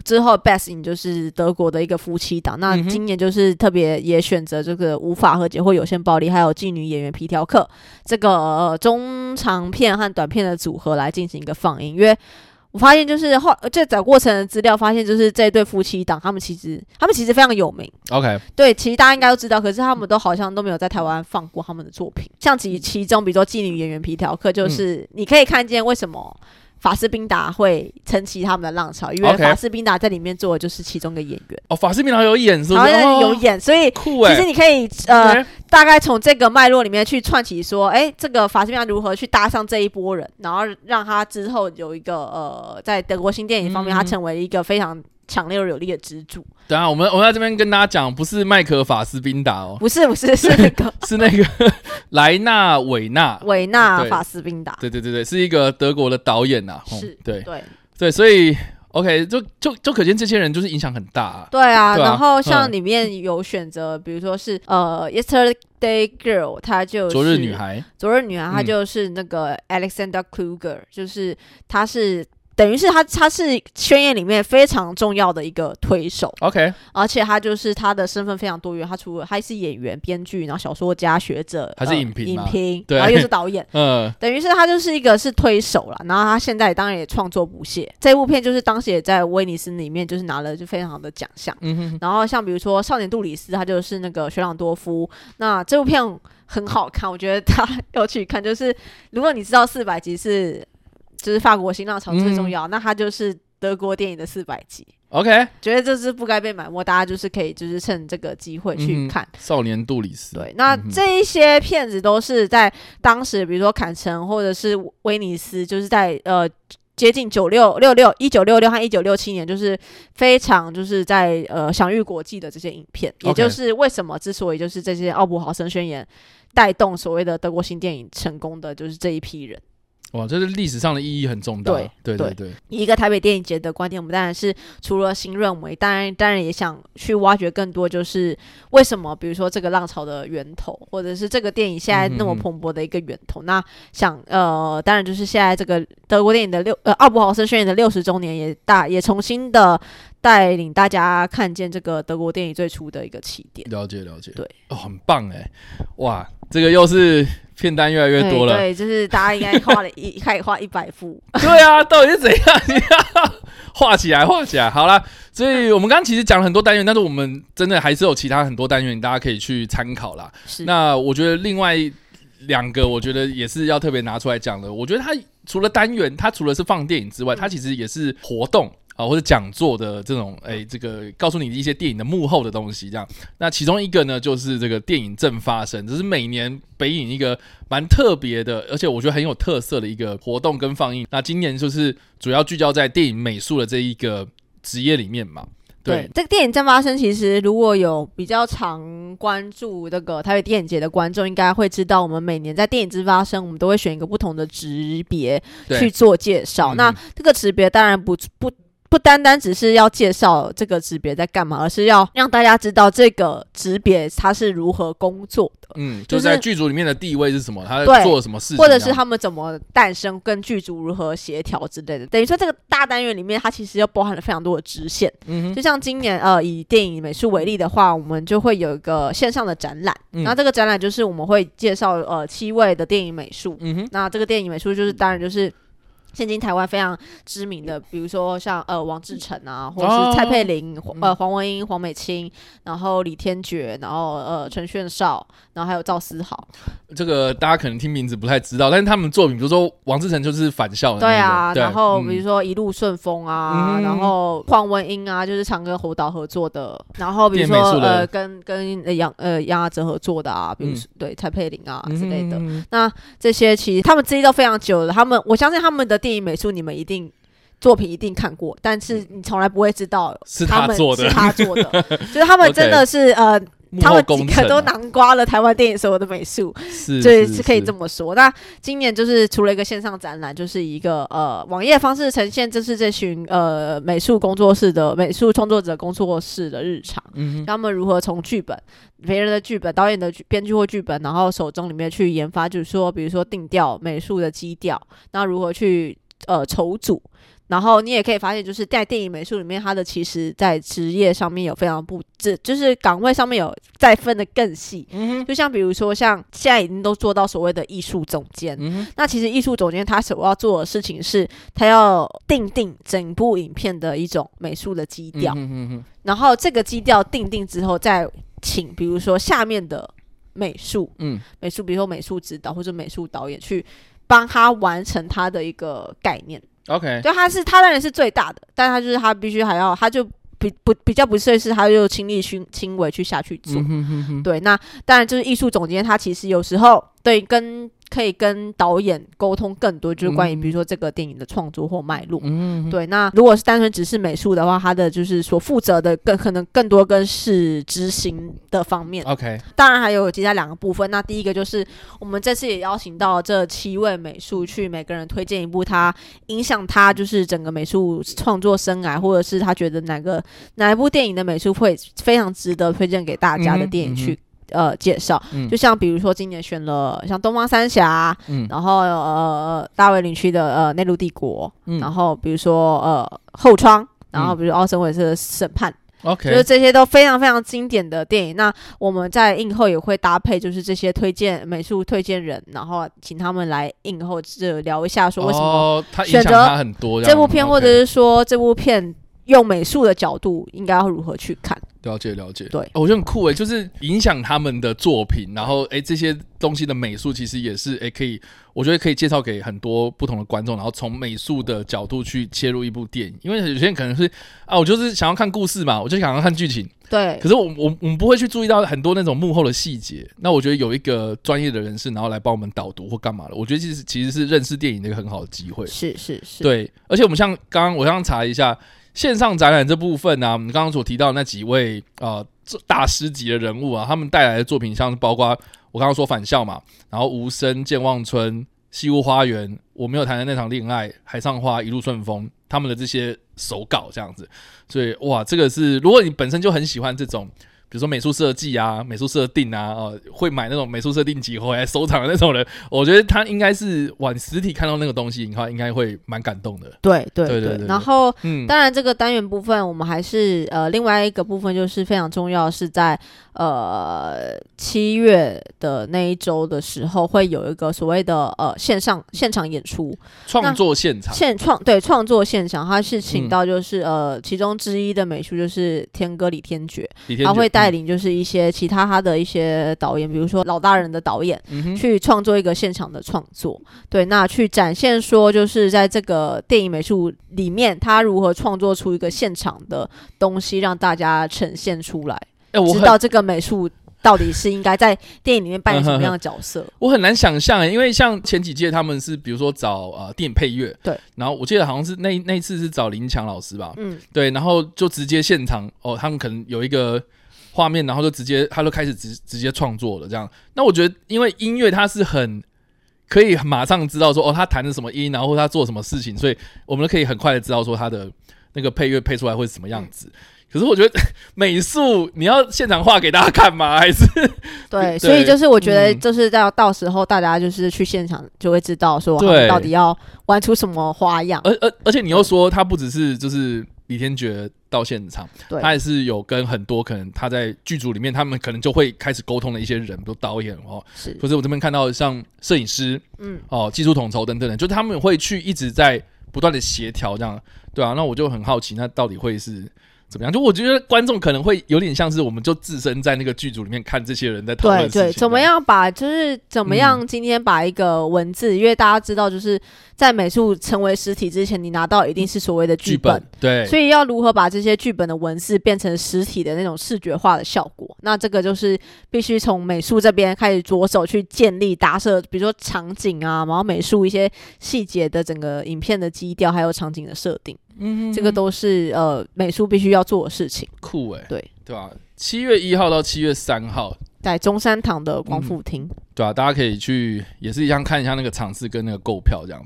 之后，Best in 就是德国的一个夫妻档。那嗯哼今年就是特别也选择这个无法和解或有限暴力，还有妓女演员皮条客这个、呃中长片和短片的组合来进行一个放映。因为我发现就是后在找过程的资料，发现就是这对夫妻档，他们其实他们其实非常有名。 OK，对，其实大家应该都知道，可是他们都好像都没有在台湾放过他们的作品。像其其中，比如说《妓女演员皮条客》，就是你可以看见为什么法斯宾达会撑起他们的浪潮，因为 OK 法斯宾达在里面做的就是其中一个演员，哦，法斯宾达有演是不然是？后有哦、演，所以酷其哎、实你可以呃，大概从这个脉络里面去串起说，哎，这个法斯宾达如何去搭上这一波人，然后让他之后有一个呃，在德国新电影方面，他嗯成为一个非常强烈而有力的支柱。等一下我们我们在这边跟大家讲，不是麦克法斯宾达哦，不是不是，是那个 [laughs] 是那个莱纳韦纳。维 [laughs] 纳对法斯宾达。对对对对，是一个德国的导演呐、啊，哦是，对对对，所以 OK，就就就可见这些人就是影响很大、啊。对啊，对啊然后像嗯里面有选择，比如说是呃，Yesterday Girl，她就是昨日女，孩昨日女孩，她嗯就是那个 Alexander Kluger，、就是她是。等于是他他是宣言里面非常重要的一个推手， OK，而且他就是他的身份非常多元，他除了他是演员、编剧，然后小说家、学者，他是影评呃嘛影评，对然后又是导演。嗯，等于是他就是一个是推手了，然后他现在当然也创作不懈。这部片就是当时也在威尼斯里面就是拿了就非常的奖项。嗯哼，然后像比如说《少年杜里斯》，他就是那个雪朗多夫。那这部片很好看，我觉得大家要去看。就是如果你知道四百集是就是法国新浪潮最重要，那它就是德国电影的四百集。 ，OK，觉得这是不该被埋没，大家就是可以就是趁这个机会去看。少年杜里斯，对，那嗯哼这一些片子都是在当时，比如说坎城或者是威尼斯，就是在呃接近九六六六一九六六和一九六七年，就是非常就是在呃享誉国际的这些影片，也 OK 就是为什么之所以就是这些奥普豪森宣言带动所谓的德国新电影成功的，就是这一批人。哇，这是历史上的意义很重大，对对对对对，以一个台北电影节的观点，我们当然是除了新任为，当然当然也想去挖掘更多，就是为什么比如说这个浪潮的源头，或者是这个电影现在那么嗯嗯嗯蓬勃的一个源头。那想呃，当然就是现在这个德国电影的六呃奥普豪森宣言的六十周年也大也重新的带领大家看见这个德国电影最初的一个起点。了解了解，对，哦，很棒哎，哇，这个又是片单越来越多了，嗯对，对就是大家应该画了一开始画一百幅， [laughs] 对啊，到底是怎样？ [laughs] 你要画起来，画起来。好啦，所以我们刚刚其实讲了很多单元，但是我们真的还是有其他很多单元，大家可以去参考啦。是那我觉得另外两个，我觉得也是要特别拿出来讲的。我觉得它除了单元，它除了是放电影之嗯外，它其实也是活动。啊，或者讲座的这种，哎、这嗯个告诉你一些电影的幕后的东西，这样。那其中一个呢，就是这个电影正发生，这是每年北影一个蛮特别的，而且我觉得很有特色的一个活动跟放映。那今年就是主要聚焦在电影美术的这一个职业里面嘛。对，这个电影正发生，其实如果有比较常关注这个台北电影节的观众，应该会知道，我们每年在电影之发生，我们都会选一个不同的职别对去做介嗯绍。那这个职别当然不不。不单单只是要介绍这个职别在干嘛，而是要让大家知道这个职别它是如何工作的，嗯，就就是在剧组里面的地位是什么，他对做了什么事情，或者是他们怎么诞生、跟剧组如何协调之类的。等于说，这个大单元里面，它其实又包含了非常多的支线。嗯哼就像今年呃，以电影美术为例的话，我们就会有一个线上的展览。嗯那这个展览就是我们会介绍呃七位的电影美术。嗯哼，那这个电影美术就是当然就是。现今台湾非常知名的，比如说像呃王志成啊，或者哦是蔡佩玲、黄嗯呃黄文英、黄美清，然后李天爵，然后呃陈炫少，然后还有赵思豪，这个大家可能听名字不太知道，但是他们作品，比如说王志成就是返校哦的那个，嗯对啊，然后比如说说一路顺风啊，嗯然后黄文英啊，就是常跟侯导合作的，然后比如电美说术的嗯呃跟跟呃杨呃杨亚哲合作的啊，比如说、对蔡佩玲啊之类的，那这些其实他们资历都非常久了，他们我相信他们的电影美术你们一定。作品一定看过，但是你从来不会知道是他他们做的是他 [laughs] 做的，就是他们真的是呃，幕他后们工几程个啊都囊括了台湾电影所有的美术，是对，是是可以这么么说。那今年就是除了一个线上展览，就是一个呃网页方式呈现，就是这群呃美术工作室的美术创作者工作室的日常，嗯哼他们如何从剧本、别人的剧本、导演的剧编剧或剧本，然后手中里面去研发，就是说，比如说定调、美术的基调，那如何去呃筹组。然后你也可以发现，就是在电影美术里面，它的其实在职业上面有非常不，这就是岗位上面有再分的更细。嗯哼就像比如说，像现在已经都做到所谓的艺术总监，嗯哼那其实艺术总监他所要做的事情是，他要定定整部影片的一种美术的基调，嗯哼嗯哼然后这个基调定定之后，再请比如说下面的美术嗯美术，比如说美术指导或者美术导演去。帮他完成他的一个概念， ，OK，就他是他当然是最大的，但他就是他必须还要，他就比不比较不是是他就亲力亲亲为去下去做，嗯哼嗯哼，对，那当然就是艺术总监，他其实有时候对跟可以跟导演沟通更多，就是关于嗯比如说这个电影的创作或脉络。嗯哼对，那如果是单纯只是美术的话，他的就是所负责的更可能更多跟是执行的方面。 ，OK，当然还有其他两个部分。那第一个就是我们这次也邀请到这七位美术去每个人推荐一部他影响他就是整个美术创作生涯，或者是他觉得哪个哪一部电影的美术会非常值得推荐给大家的电影嗯哼嗯去。呃介绍。嗯就像比如说今年选了像东方三峡，嗯然后呃大卫林区的呃内陆帝国，然嗯后比如说呃后窗，然后嗯比如奥森韦特的审判。 ，OK，就是这些都非常非常经典的电影。那我们在映后也会搭配，就是这些推荐美术推荐人，然后请他们来映后这聊一下，说为什么哦、它影选响择他很多样这部片， OK 或者是说这部片用美术的角度应该要如何去看。了解了解，对哦我觉得很酷诶，就是影响他们的作品，然后诶这些东西的美术其实也是诶可以，我觉得可以介绍给很多不同的观众，然后从美术的角度去切入一部电影，因为有些人可能是啊，我就是想要看故事嘛，我就想要看剧情，对可，是我我我们不会去注意到很多那种幕后的细节。那我觉得有一个专业的人士，然后来帮我们导读或干嘛的，我觉得其实其实是认识电影的一个很好的机会。是是是，对，而且我们像刚刚我刚刚查一下线上展览这部分呢、我们刚刚所提到那几位呃这大师级的人物啊，他们带来的作品像是包括我刚刚说返校嘛，然后无声、健忘村、西屋花园，我没有谈的那场恋爱、海上花、一路顺风，他们的这些手稿这样子，所以哇，这个是如果你本身就很喜欢这种。比如说美术设计啊、美术设定啊，呃，会买那种美术设定集回来收藏的那种人，我觉得他应该是往实体看到那个东西，你看应该会蛮感动的。对对对对对对然后。嗯，当然，这个单元部分我们还是呃，另外一个部分就是非常重要，是在呃七月的那一周的时候，会有一个所谓的呃线上现场演出。创作现场，现创对创作现场，他是请嗯到就是、呃其中之一的美术就是天哥李天爵，李天他爵会带嗯领就是一些其他他的一些导演，比如说老大人的导演。嗯哼，去创作一个现场的创作，对，那去展现说就是在这个电影美术里面，他如何创作出一个现场的东西，让大家呈现出来，哎，我知很道这个美术到底是应该在电影里面扮演什么样的角 [laughs] 色。我很难想象，因为像前几届他们是比如说找呃电影配乐，对，然后我记得好像是那那一次是找林强老师吧，嗯，对，然后就直接现场哦，他们可能有一个画面，然后就直接他就开始直直接创作了这样。那我觉得，因为音乐它是很可以马上知道说哦，他弹的什么音，然后他做什么事情，所以我们都可以很快的知道说他的那个配乐配出来会是什么样子。可是我觉得美术你要现场画给大家看吗？还是对，对所以就是我觉得，嗯就是到到时候大家就是去现场就会知道说，他对们到底要玩出什么花样。而呃而而且你又说他不只是就是李天爵到现场，对他也是有跟很多可能他在剧组里面，他们可能就会开始沟通的一些人，比如导演哦，是，或者我这边看到像摄影师嗯，哦、技术统筹等等的，就他们会去一直在不断的协调这样，对啊，那我就很好奇，那到底会是怎么样？就我觉得观众可能会有点像是我们就置身在那个剧组里面看这些人在讨论对的事情嗯对，怎么？样把就是怎么样今天把一个文字，因为大家知道，就是在美术成为实体之前，你拿到一定是所谓的剧剧本本。对，所以要如何把这些剧本的文字变成实体的那种视觉化的效果？那这个就是必须从美术这边开始着手去建立搭设，比如说场景啊，然后美术一些细节的整个影片的基调，还有场景的设定，嗯这个都是呃美术必须要做的事情。酷哎、欸，对对吧、七月一号到七月三号，在中山堂的嗯光复厅，对啊，大家可以去也是一样看一下那个场次跟那个购票这样。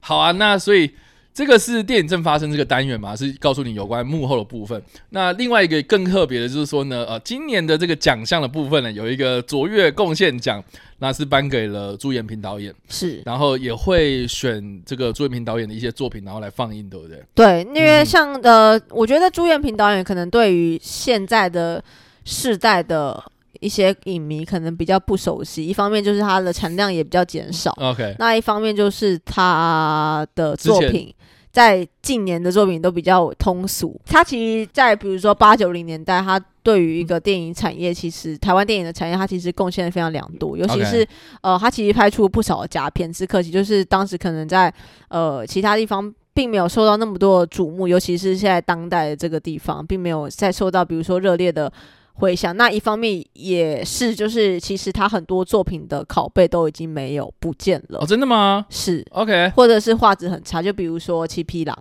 好啊，那所以这个是电影正发生这个单元嘛，是告诉你有关幕后的部分。那另外一个更特别的就是说呢，呃，今年的这个奖项的部分呢，有一个卓越贡献奖，那是颁给了朱延平导演，是然后也会选这个朱延平导演的一些作品，然后来放映，对不对？对，因为嗯像、呃，我觉得朱元平导演可能对于现在的世代的一些影迷可能比较不熟悉，一方面就是他的产量也比较减少， OK，那一方面就是他的作之品。在近年的作品都比较通俗，他其实，在比如说八九零年代，他对于一个电影产业，其实台湾电影的产业，他其实贡献的非常良多，尤其 OK 是呃，他其实拍出了不少的佳片，只可惜就是当时可能在呃其他地方并没有受到那么多的瞩目，尤其是现在当代的这个地方，并没有再受到比如说热烈的回响。那一方面也是，就是其实他很多作品的拷贝都已经没有不见了，哦，真的吗是？OK，或者是画质很差，就比如说《七匹狼》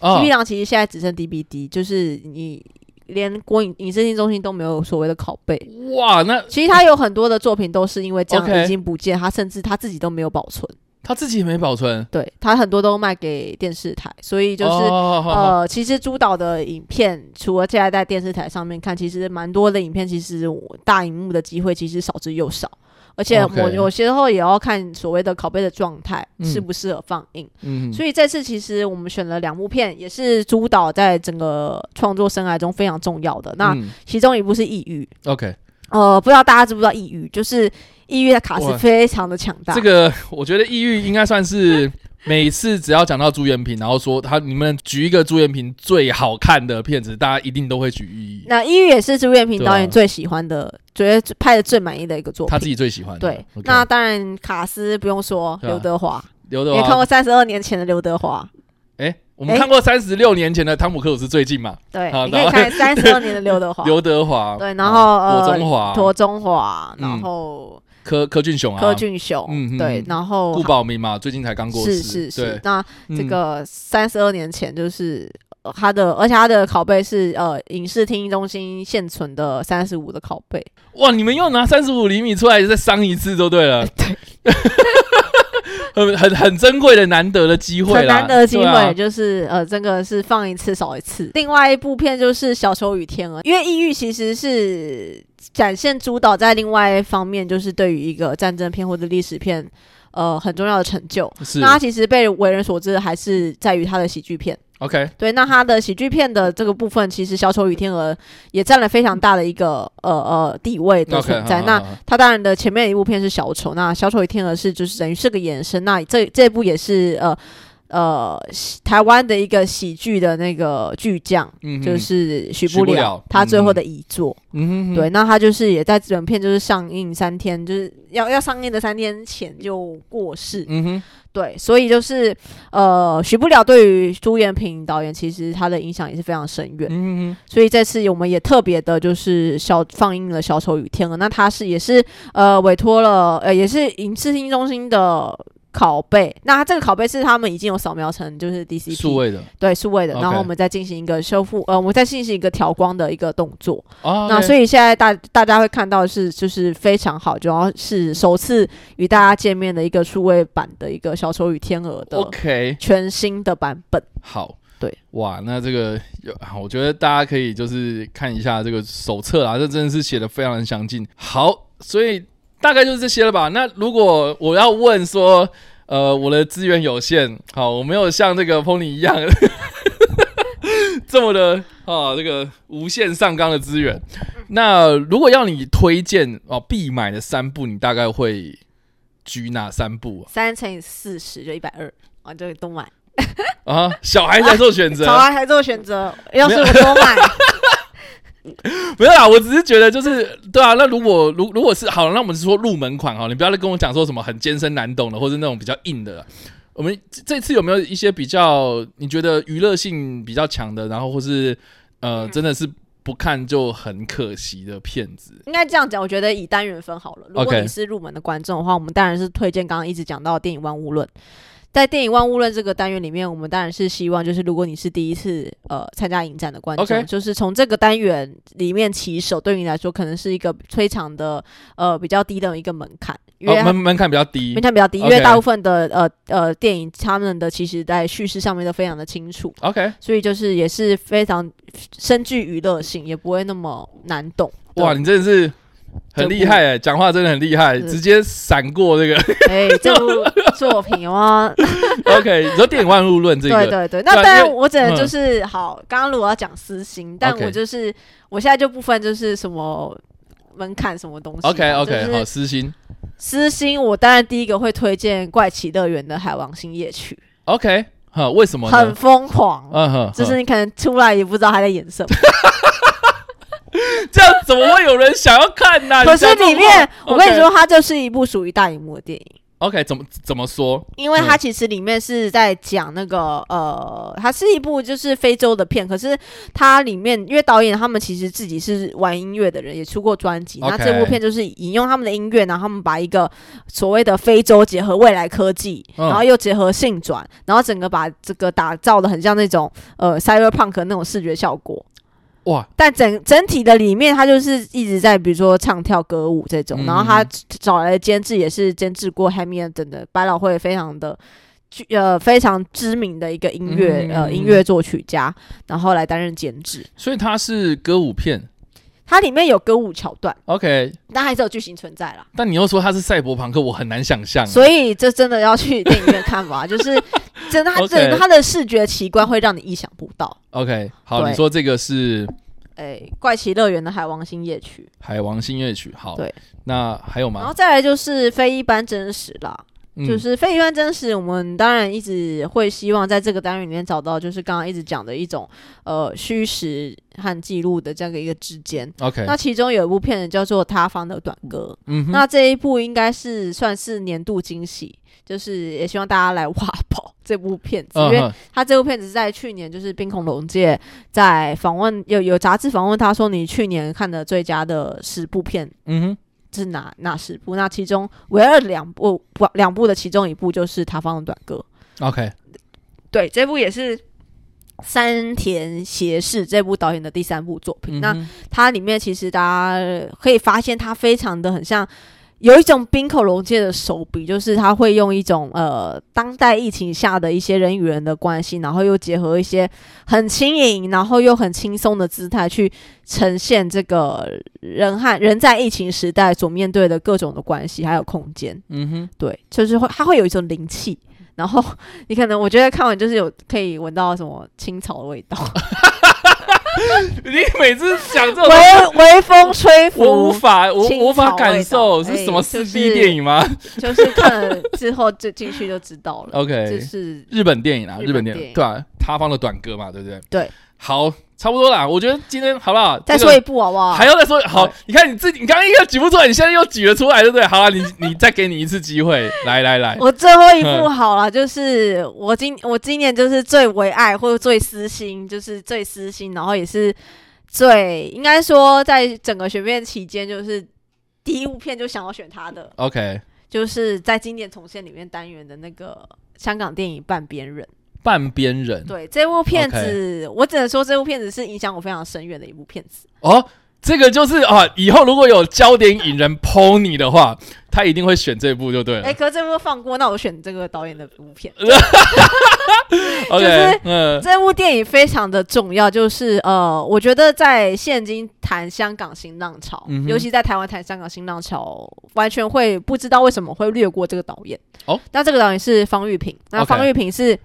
哦七匹狼》其实现在只剩 DVD，就是你连国影影视厅中心都没有所谓的拷贝。哇，那其实他有很多的作品都是因为这 OK 样已经不见，他甚至他自己都没有保存。他自己也没保存，对，它很多都卖给电视台，所以就是、哦好好呃，其实朱导的影片，除了现在在电视台上面看，其实蛮多的影片，其实我大荧幕的机会其实少之又少。而且我 OK 有些时候也要看所谓的拷贝的状态嗯适不适合放映，嗯，所以这次其实我们选了两部片，也是朱导在整个创作生涯中非常重要的。那嗯其中一部是《抑郁》， OK，呃，不知道大家知不知道《抑郁》，就是《抑郁》的卡哇斯非常的强大。这个我觉得抑郁应该算 [laughs] 是每次只要讲到朱元平，然后说他你们举一个朱元平最好看的片子，大家一定都会举抑郁，那《抑郁》也是朱彦平对啊导演最喜欢的，觉得拍的最满意的一个作品。他自己最喜欢的。对 OK 那当然卡斯不用说，对啊刘德华，刘你德也看华过，三十二年前的刘德华，哎，我们哎看过三十六年前的汤姆克鲁斯最近嘛，对，好你可以看三十二年的刘德 [laughs] 华，刘德华，对，然后啊呃左中华、陀中华，嗯然后柯柯俊雄啊，柯俊雄嗯嗯，对嗯，然后顾宝明嘛，最近才刚过世，是是是对，，那嗯这个三十二年前就是。呃他的，而且他的拷贝是呃影视听音中心现存的三十五的拷贝，哇，你们又拿三十五厘米出来再伤一次就对 [laughs] 了，对， [laughs] 很很很珍贵的难得的机会很啦，难得的机会，对啊就是呃，这个是放一次少一次。另外一部片就是《小丑与天鹅》，因为《抑郁》其实是展现主导在另外一方面，就是对于一个战争片或者历史片，呃，很重要的成就。是那它其实被为人所知，还是在于它的喜剧片。 OK，对，那它的喜剧片的这个部分，其实《小丑与天鹅》也占了非常大的一个呃呃地位的 OK，存在。好那好好他当然的前面一部片是小丑，那小丑与天鹅是就是等于是个延伸，那这这部也是呃呃喜台湾的一个喜剧的那个巨匠，嗯哼就是许许不不了了他最后的遗作。嗯哼哼对，那他就是也在本片就是上映三天，就是要要上映的三天前就过世。嗯哼，对，所以就是呃许不了对于朱延平导演其实他的影响也是非常深远。嗯哼所以这次我们也特别的，就是小放映了《小丑与天鹅》，那它是也是呃委托了呃也是影视听中心的拷贝，那它这个拷贝是他们已经有扫描成就哼，是数 DCP 位的对数位的， OK 然后我们再进行一个修复，呃我们再进行一个调光的一个动作。哦，那 OK 所以现在大大家会看到是就是非常好，主要是首次与大家见面的一个数位版的一个《小丑与天鹅》的 OK 全新的版本。好。对，哇，那这个有，啊我觉得大家可以就是看一下这个手册啊，这真的是写的非常的详尽。好，所以大概就是这些了吧。那如果我要问说，呃，我的资源有限，好，我没有像这个 Pony 一样 [laughs] 这么的啊，这个无限上纲的资源。那如果要你推荐哦必买的三部，你大概会举哪三部三乘以四十就一百二，啊，这个都买。啊？啊，小孩在做 [laughs] 选择，早啊，还做选择。要是我多买，没有啦，我只是觉得就是对啊。那如果如如果是好了，那我们是说入门款哈，你不要再跟我讲说什么很艰深难懂的，或是那种比较硬的了。我们这这次有没有一些比较你觉得娱乐性比较强的，然后或是呃真的是不看就很可惜的片子？应该这样讲。我觉得以单元分好了。如果 OK 你是入门的观众的话，我们当然是推荐刚刚一直讲到的电影《万物论》。在电影《万物论》这个单元里面，我们当然是希望，就是如果你是第一次呃参加影展的观众 OK 就是从这个单元里面起手，对你来说可能是一个非常的呃比较低的一个门槛，因为哦，它门门槛比较低门。槛比较低，因 OK 为大部分的呃呃电影他们的其实在叙事上面都非常的清楚， OK，所以就是也是非常深具娱乐性，也不会那么难懂。哇，你真的是很厉害哎、讲话真的很厉害，是直接闪过这个。 [laughs] 哎、这部作品哇， OK，你说电影万物论这对个，对对，对啊那当因然为我只能就是、好，刚刚如果要讲私心，但 OK 我就是我现在就不分就是什么。门槛什么东西 OK 就 OK，好，是私心。私心，我当然第一个会推荐《怪奇乐园》的《海王星夜曲 OK，哈，为什》，么很呢？疯狂，嗯哼，就哼是你可能出来也不知道他在 [laughs] 演什么。这样怎么会有人想要看呢、可是讲这种里面，话我跟你 OK 说，它就是一部属于大荧幕的电影。 ，OK，怎么怎么说？因为它嗯其实里面是在讲那个、呃，它是一部就是非洲的片，可是它里面因为导演他们其实自己是玩音乐的人，也出过专辑。那 OK 这部片就是引用他们的音乐，然后他们把一个所谓的非洲结合未来科技，嗯然后又结合性转，然后整个把这个打造的很像那种呃 cyberpunk 那种视觉效果。哇，但整整体的里面，他就是一直在比如说唱跳歌舞这种，嗯然后他找来的监制也是监制过《Hamilton》的百老汇非常的具呃非常知名的一个音乐、嗯呃音乐作曲家，然后来担任监制。所以它是歌舞片它里面有歌舞桥段， ，OK，但还是有剧情存在啦。但你又说它是赛博朋克，我很难想象啊。所以这真的要去电影院 [laughs] 看吧，就是真的，他 OK 真的他的视觉奇观会让你意想不到。 OK，好，对你说这个是《哎、怪奇乐园的海王星夜曲，海王星夜曲》，好，对，那还有然后吗？再来就是非一般真实啦，嗯就是非一般真实，我们当然一直会希望在这个单元里面找到，就是刚刚一直讲的一种呃虚实和记录的这样的一个之间。 OK，那其中有一部片子叫做《他方的短歌》，嗯哼，那这一部应该是算是年度惊喜，就是也希望大家来挖宝这部片子，因为嗯哼他这部片子在去年就是冰恐龙界在访问有有杂志访问他说，你去年看的最佳的十部片嗯哼，是哪哪十部？那其中唯二两部不两部的其中一部就是他方的短歌， OK，对，这部也是。山田协士这部导演的第三部作品，嗯那哼它里面其实大家可以发现，它非常的很像有一种冰口龙界的手笔，就是它会用一种呃当代疫情下的一些人与人的关系，然后又结合一些很轻盈，然后又很轻松的姿态去呈现这个人和人在疫情时代所面对的各种的关系还有空间。嗯 [laughs] 哼，对，就是会它会有一种灵气。然后你可能我觉得看完就是有可以闻到什么青草的味道，你每次讲这种东西，微微风吹拂，我无法，我青我无法草感味受道是哎什么就四是 D 电影吗就是看了之后就进去就知道了。就？OK，是日本电影啊，日日本本电电影，影对啊，他方的短歌嘛，对不对？对，好，差不多啦。我觉得今天好不好？再这说个一部好啊不好？还要再说好，你看你自己，你刚刚一个举不出来，你现在又举了出来，对不对？好了，你你再给你一次机会，来来来，我最后一嗯部好了，就是我今我今年就是最为爱或者最私心，就是最私心，然后也是最应该说在整个选片期间，就是第一部片就想要选它的， OK，就是在经典重现里面单元的那个香港电影《半边人》。半边人对这部片子我只能说这部片子是影响我非常深远的一部片子。哦，这个就是啊，以后如果有焦点影人 PO 你的话，他一定会选这部就对了。哎、可是这部放过，那我选这个导演的部片。 OK，、就是嗯这部电影非常的重要，就是呃，我觉得在现今谈香港新浪潮，嗯哼尤其在台湾谈香港新浪潮，完全会不知道为什么会略过这个导演。哦，那这个导演是方玉平，那 OK 方玉平是。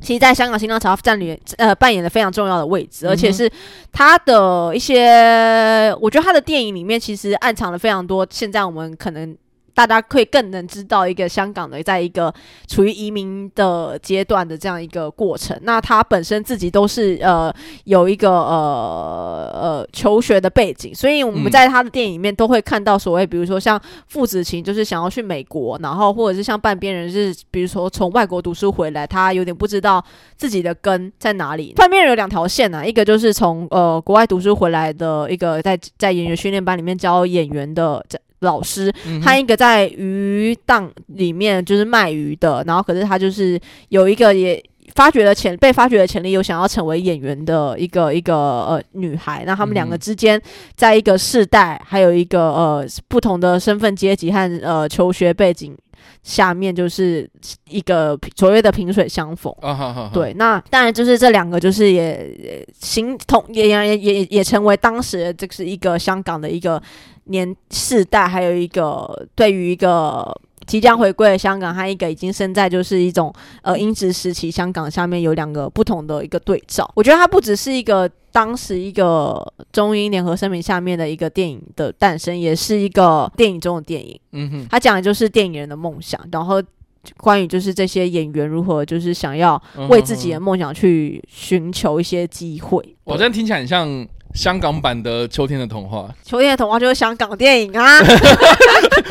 其实，在香港新浪潮占领呃扮演了非常重要的位嗯置，而且是他的一些，我觉得他的电影里面其实暗藏了非常多。现在我们可能大家可以更能知道一个香港的，在一个处于移民的阶段的这样一个过程。那他本身自己都是呃有一个呃呃求学的背景，所以我嗯们在他的电影里面都会看到所谓，比如说像父子情，就是想要去美国，然后或者是像半边人是，比如说从外国读书回来，他有点不知道自己的根在哪里。半边人有两条线啊，一个就是从呃国外读书回来的一个在在演员训练班里面教演员的老师，嗯他哼一个在鱼档里面就是卖鱼的，然后可是他就是有一个也发掘了潜被发掘的潜力，有想要成为演员的一个一个呃女孩。那他们两个嗯之间，在一个世代，还有一个呃不同的身份阶级和呃求学背景下面，就是一个所谓的萍水相逢。啊哈哈，哈，对，那当然就是这两个，就是也也形同也也也也成为当时的这是一个香港的一个年世代，还有一个对于一个即将回归的香港和一个已经身在就是一种呃英殖时期香港下面有两个不同的一个对照。我觉得它不只是一个当时一个中英联合声明下面的一个电影的诞生，也是一个电影中的电影。嗯哼，它讲的就是电影人的梦想，然后关于就是这些演员如何就是想要嗯哼为自己的嗯哼梦想去寻求一些机会。我这样听起来很像香港版的《秋天的童 [laughs] 话秋天的童话就是香港电 [laughs] 影啊，》，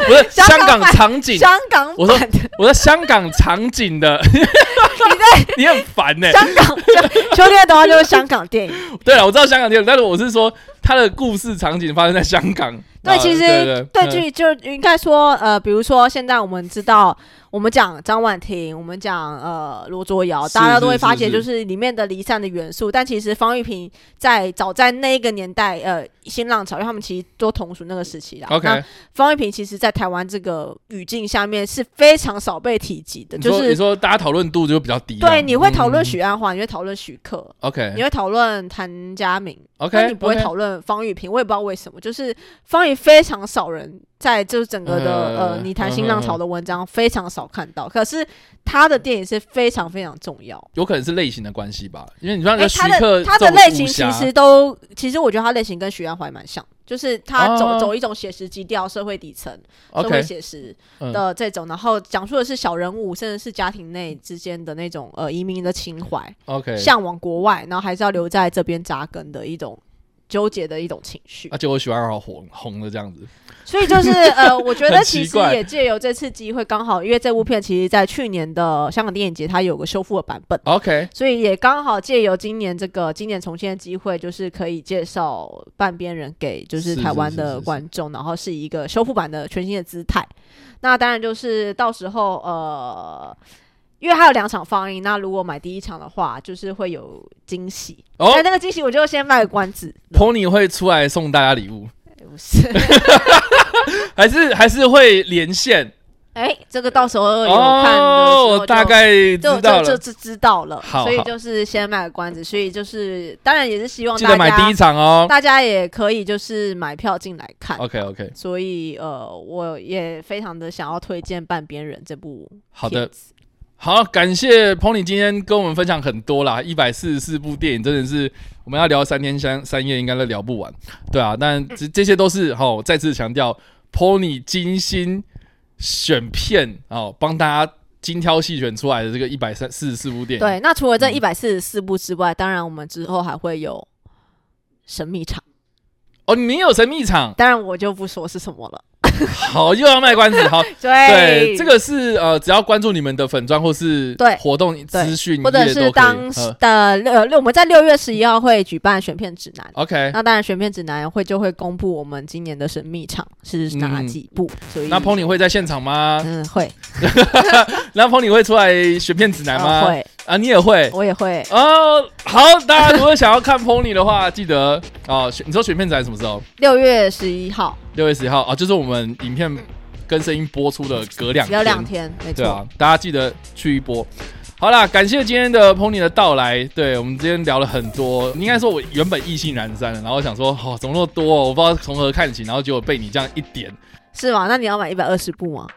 不是香香港港版场景，香港我 [laughs] 说版的我说香港场景的， [laughs] 你很烦呢、香港，秋天的童话就是香港电影。对啊了，我知道香港电影，但是我是说它的故事场景发生在香港。[laughs] 对，啊其实对对，就就应该说，呃，比如说现在我们知道，我我们讲张婉婷，我们讲呃罗卓瑶，是大家都会是发是觉是就是里面的离散的元素。但其实方玉萍在早在那一个年代，呃，新浪潮，因为他们其实都同属那个时期啦。那，OK，方玉萍其实在台湾这个语境下面是非常少被提及的，你就说你是说大家讨论度就比较低啊，对你会讨论嗯许鞍华，你会讨论许克，你 OK 会讨论谭家明，但 OK，你不会讨论方玉萍，我也不知道为什么，就是方玉非常少人在就是整个的呃呃你谈新浪潮的文章非常少看嗯到，可是他的电影是非常非常重要。有可能是类型的关系吧，因为你像哎，个徐他克的他这的种类武型其侠实都，其实我觉得他类型跟徐安怀蛮像，就是他走、哦走一种写实基调，社会底层、社会 OK 写实嗯的这种，然后讲述的是小人物，甚至是家庭内之间的那种呃移民的情怀。 OK，向往国外，然后还是要留在这边扎根的一种纠结的一种情绪。而且我喜欢好红红的这样子，所以就是 [laughs] 呃，我觉得很奇其实怪也借由这次机会，刚好因为这部片其实在去年的香港电影节它有个修复的版本。 OK 所以也刚好借由今年这个今年重现的机会，就是可以介绍《半边人》给就是是台湾是是的是观众，然后是一个修复版的全新的姿态。那当然就是到时候呃，因为它有两场放映，那如果买第一场的话，就是会有惊喜。哎哦但那个惊喜我就先卖个关子， ，Pony 会出来送大家礼物，不是？还是还是会连线哎，这个到时候有看的时哦，候就、我大概知就道就就了，知知道了，好所以好就是先卖个关子。所以就是当然也是希望记大家得买第一场哦。大家也可以就是买票进来看。 OK OK，所以呃，我也非常的想要推荐《半边人》这部好片的。子好，感谢 Pony 今天跟我们分享很多啦，一百四十四部电影，真的是我们要聊三天三三夜，应该都聊不完，对啊。但这这些都是好、我再次强调，Pony 精心选片哦，帮大家精挑细选出来的这个一百三四十四部电影。对，那除了这嗯一百四十四部之外，当然我们之后还会有神秘场，哦，你有神秘场，当然我就不说是什么了。好，又要卖关 [laughs] 子，好，对，这个是呃，只要关注你们的粉砖或是对活动资讯或者页是都可以嗯当。时的六六，我们在六月十一号会举办选片指南。呃 OK，那当然，选片指南会就会公布我们今年的神秘场是哪嗯几部，所以那 Pony 会在现场吗？嗯会那 Pony 会出来选片指南呃吗？会，啊，你也会。我也会哦，好，大家如果想要看 Pony 的话，记得哦，选你说选片展什么时候？六月十一号。六月十号啊，就是我们影片跟声音播出的隔两只要两天，没对错啊。，大家记得去一波。好啦，感谢今天的 Pony 的到来。对我们今天聊了很多，应该说我原本意兴阑珊的，然后想说，哦，怎么那么多、我不知道从何看起，然后结果被你这样一点，是吗？那你要买一百二十部吗？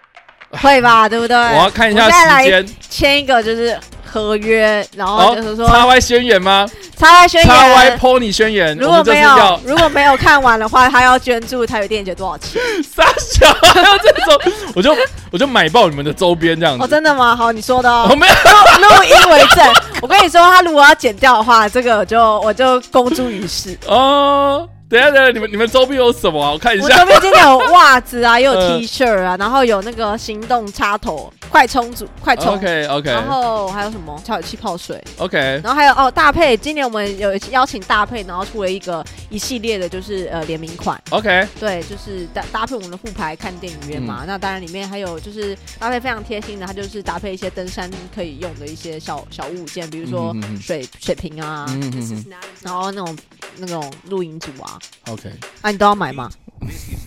会吧，对不对？我要看一下我再来时间。哦签一个就是合约，然后好就是说，X Y 宣言吗插外宣？X Y 言。 Pony 宣言，如我果们这次没要有如果没有看完的话，他要捐助台北电影节多少钱？傻小，还有这种，我就我就买爆你们的周边这样子。哦，真的吗？好，你说的我 [laughs] 哦。没有，录录音为证。我跟你说，他如果要剪掉的话，这个我就我就公诸于世。哦，等一下等一下，你们你们周边有什么啊？我看一我下周。边今天有袜子啊，也有 [laughs] 呃 T 恤啊，然后有那个行动插头、快充组、快充， OK OK 然后还有什么？还有气泡水。 OK，然后还有哦，大配，今年我们有邀请大配，然后出了一个一系列的，就是呃联名款， OK，对，就是搭搭配我们的护牌看电影院嗯嘛。那当然里面还有就是搭配非常贴心的，它就是搭配一些登山可以用的一些小小物件，比如说嗯哼嗯哼水水瓶啊，嗯嗯嗯然后那种那种露营组啊， ，OK，啊你都要买吗？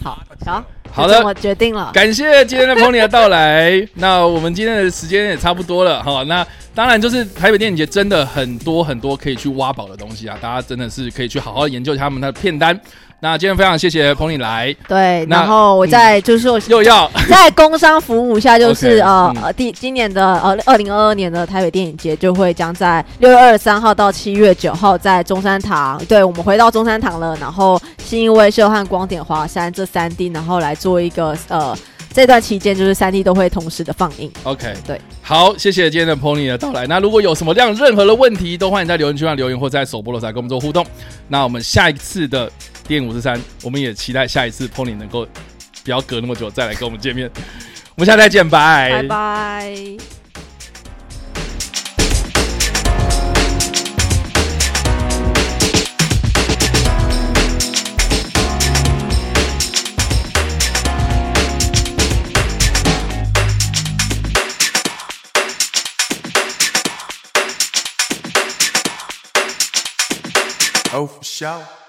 好，好，嗯好就这的，么决定了。感谢今天的 Pony 的到来。那我们今天的时间也差不多了哈。那当然就是台北电影节真的很多很多可以去挖宝的东西啊，大家真的是可以去好好研究一下他们的片单。那今天非常谢谢 Pony 来，对，那然后我嗯再就是我又要 [laughs] 在工商服务下，就是 OK，呃嗯呃，第今年的呃二零二二年的台北电影节就会将在六月二十三号到七月九号在中山堂，对我们回到中山堂了，然后新义威秀和光点华山这三地，然后来做一个呃这段期间就是三地都会同时的放映。 OK，对，好，谢谢今天的 Pony 的到来。那如果有什么样任何的问题，都欢迎在留言区上留言，或在首播罗台跟我们做互动。那我们下一次的电影五十三，我们也期待下一次 Pony 能够不要隔那么久再来跟我们见面。我们下次再见，拜拜。 Oh, for sure.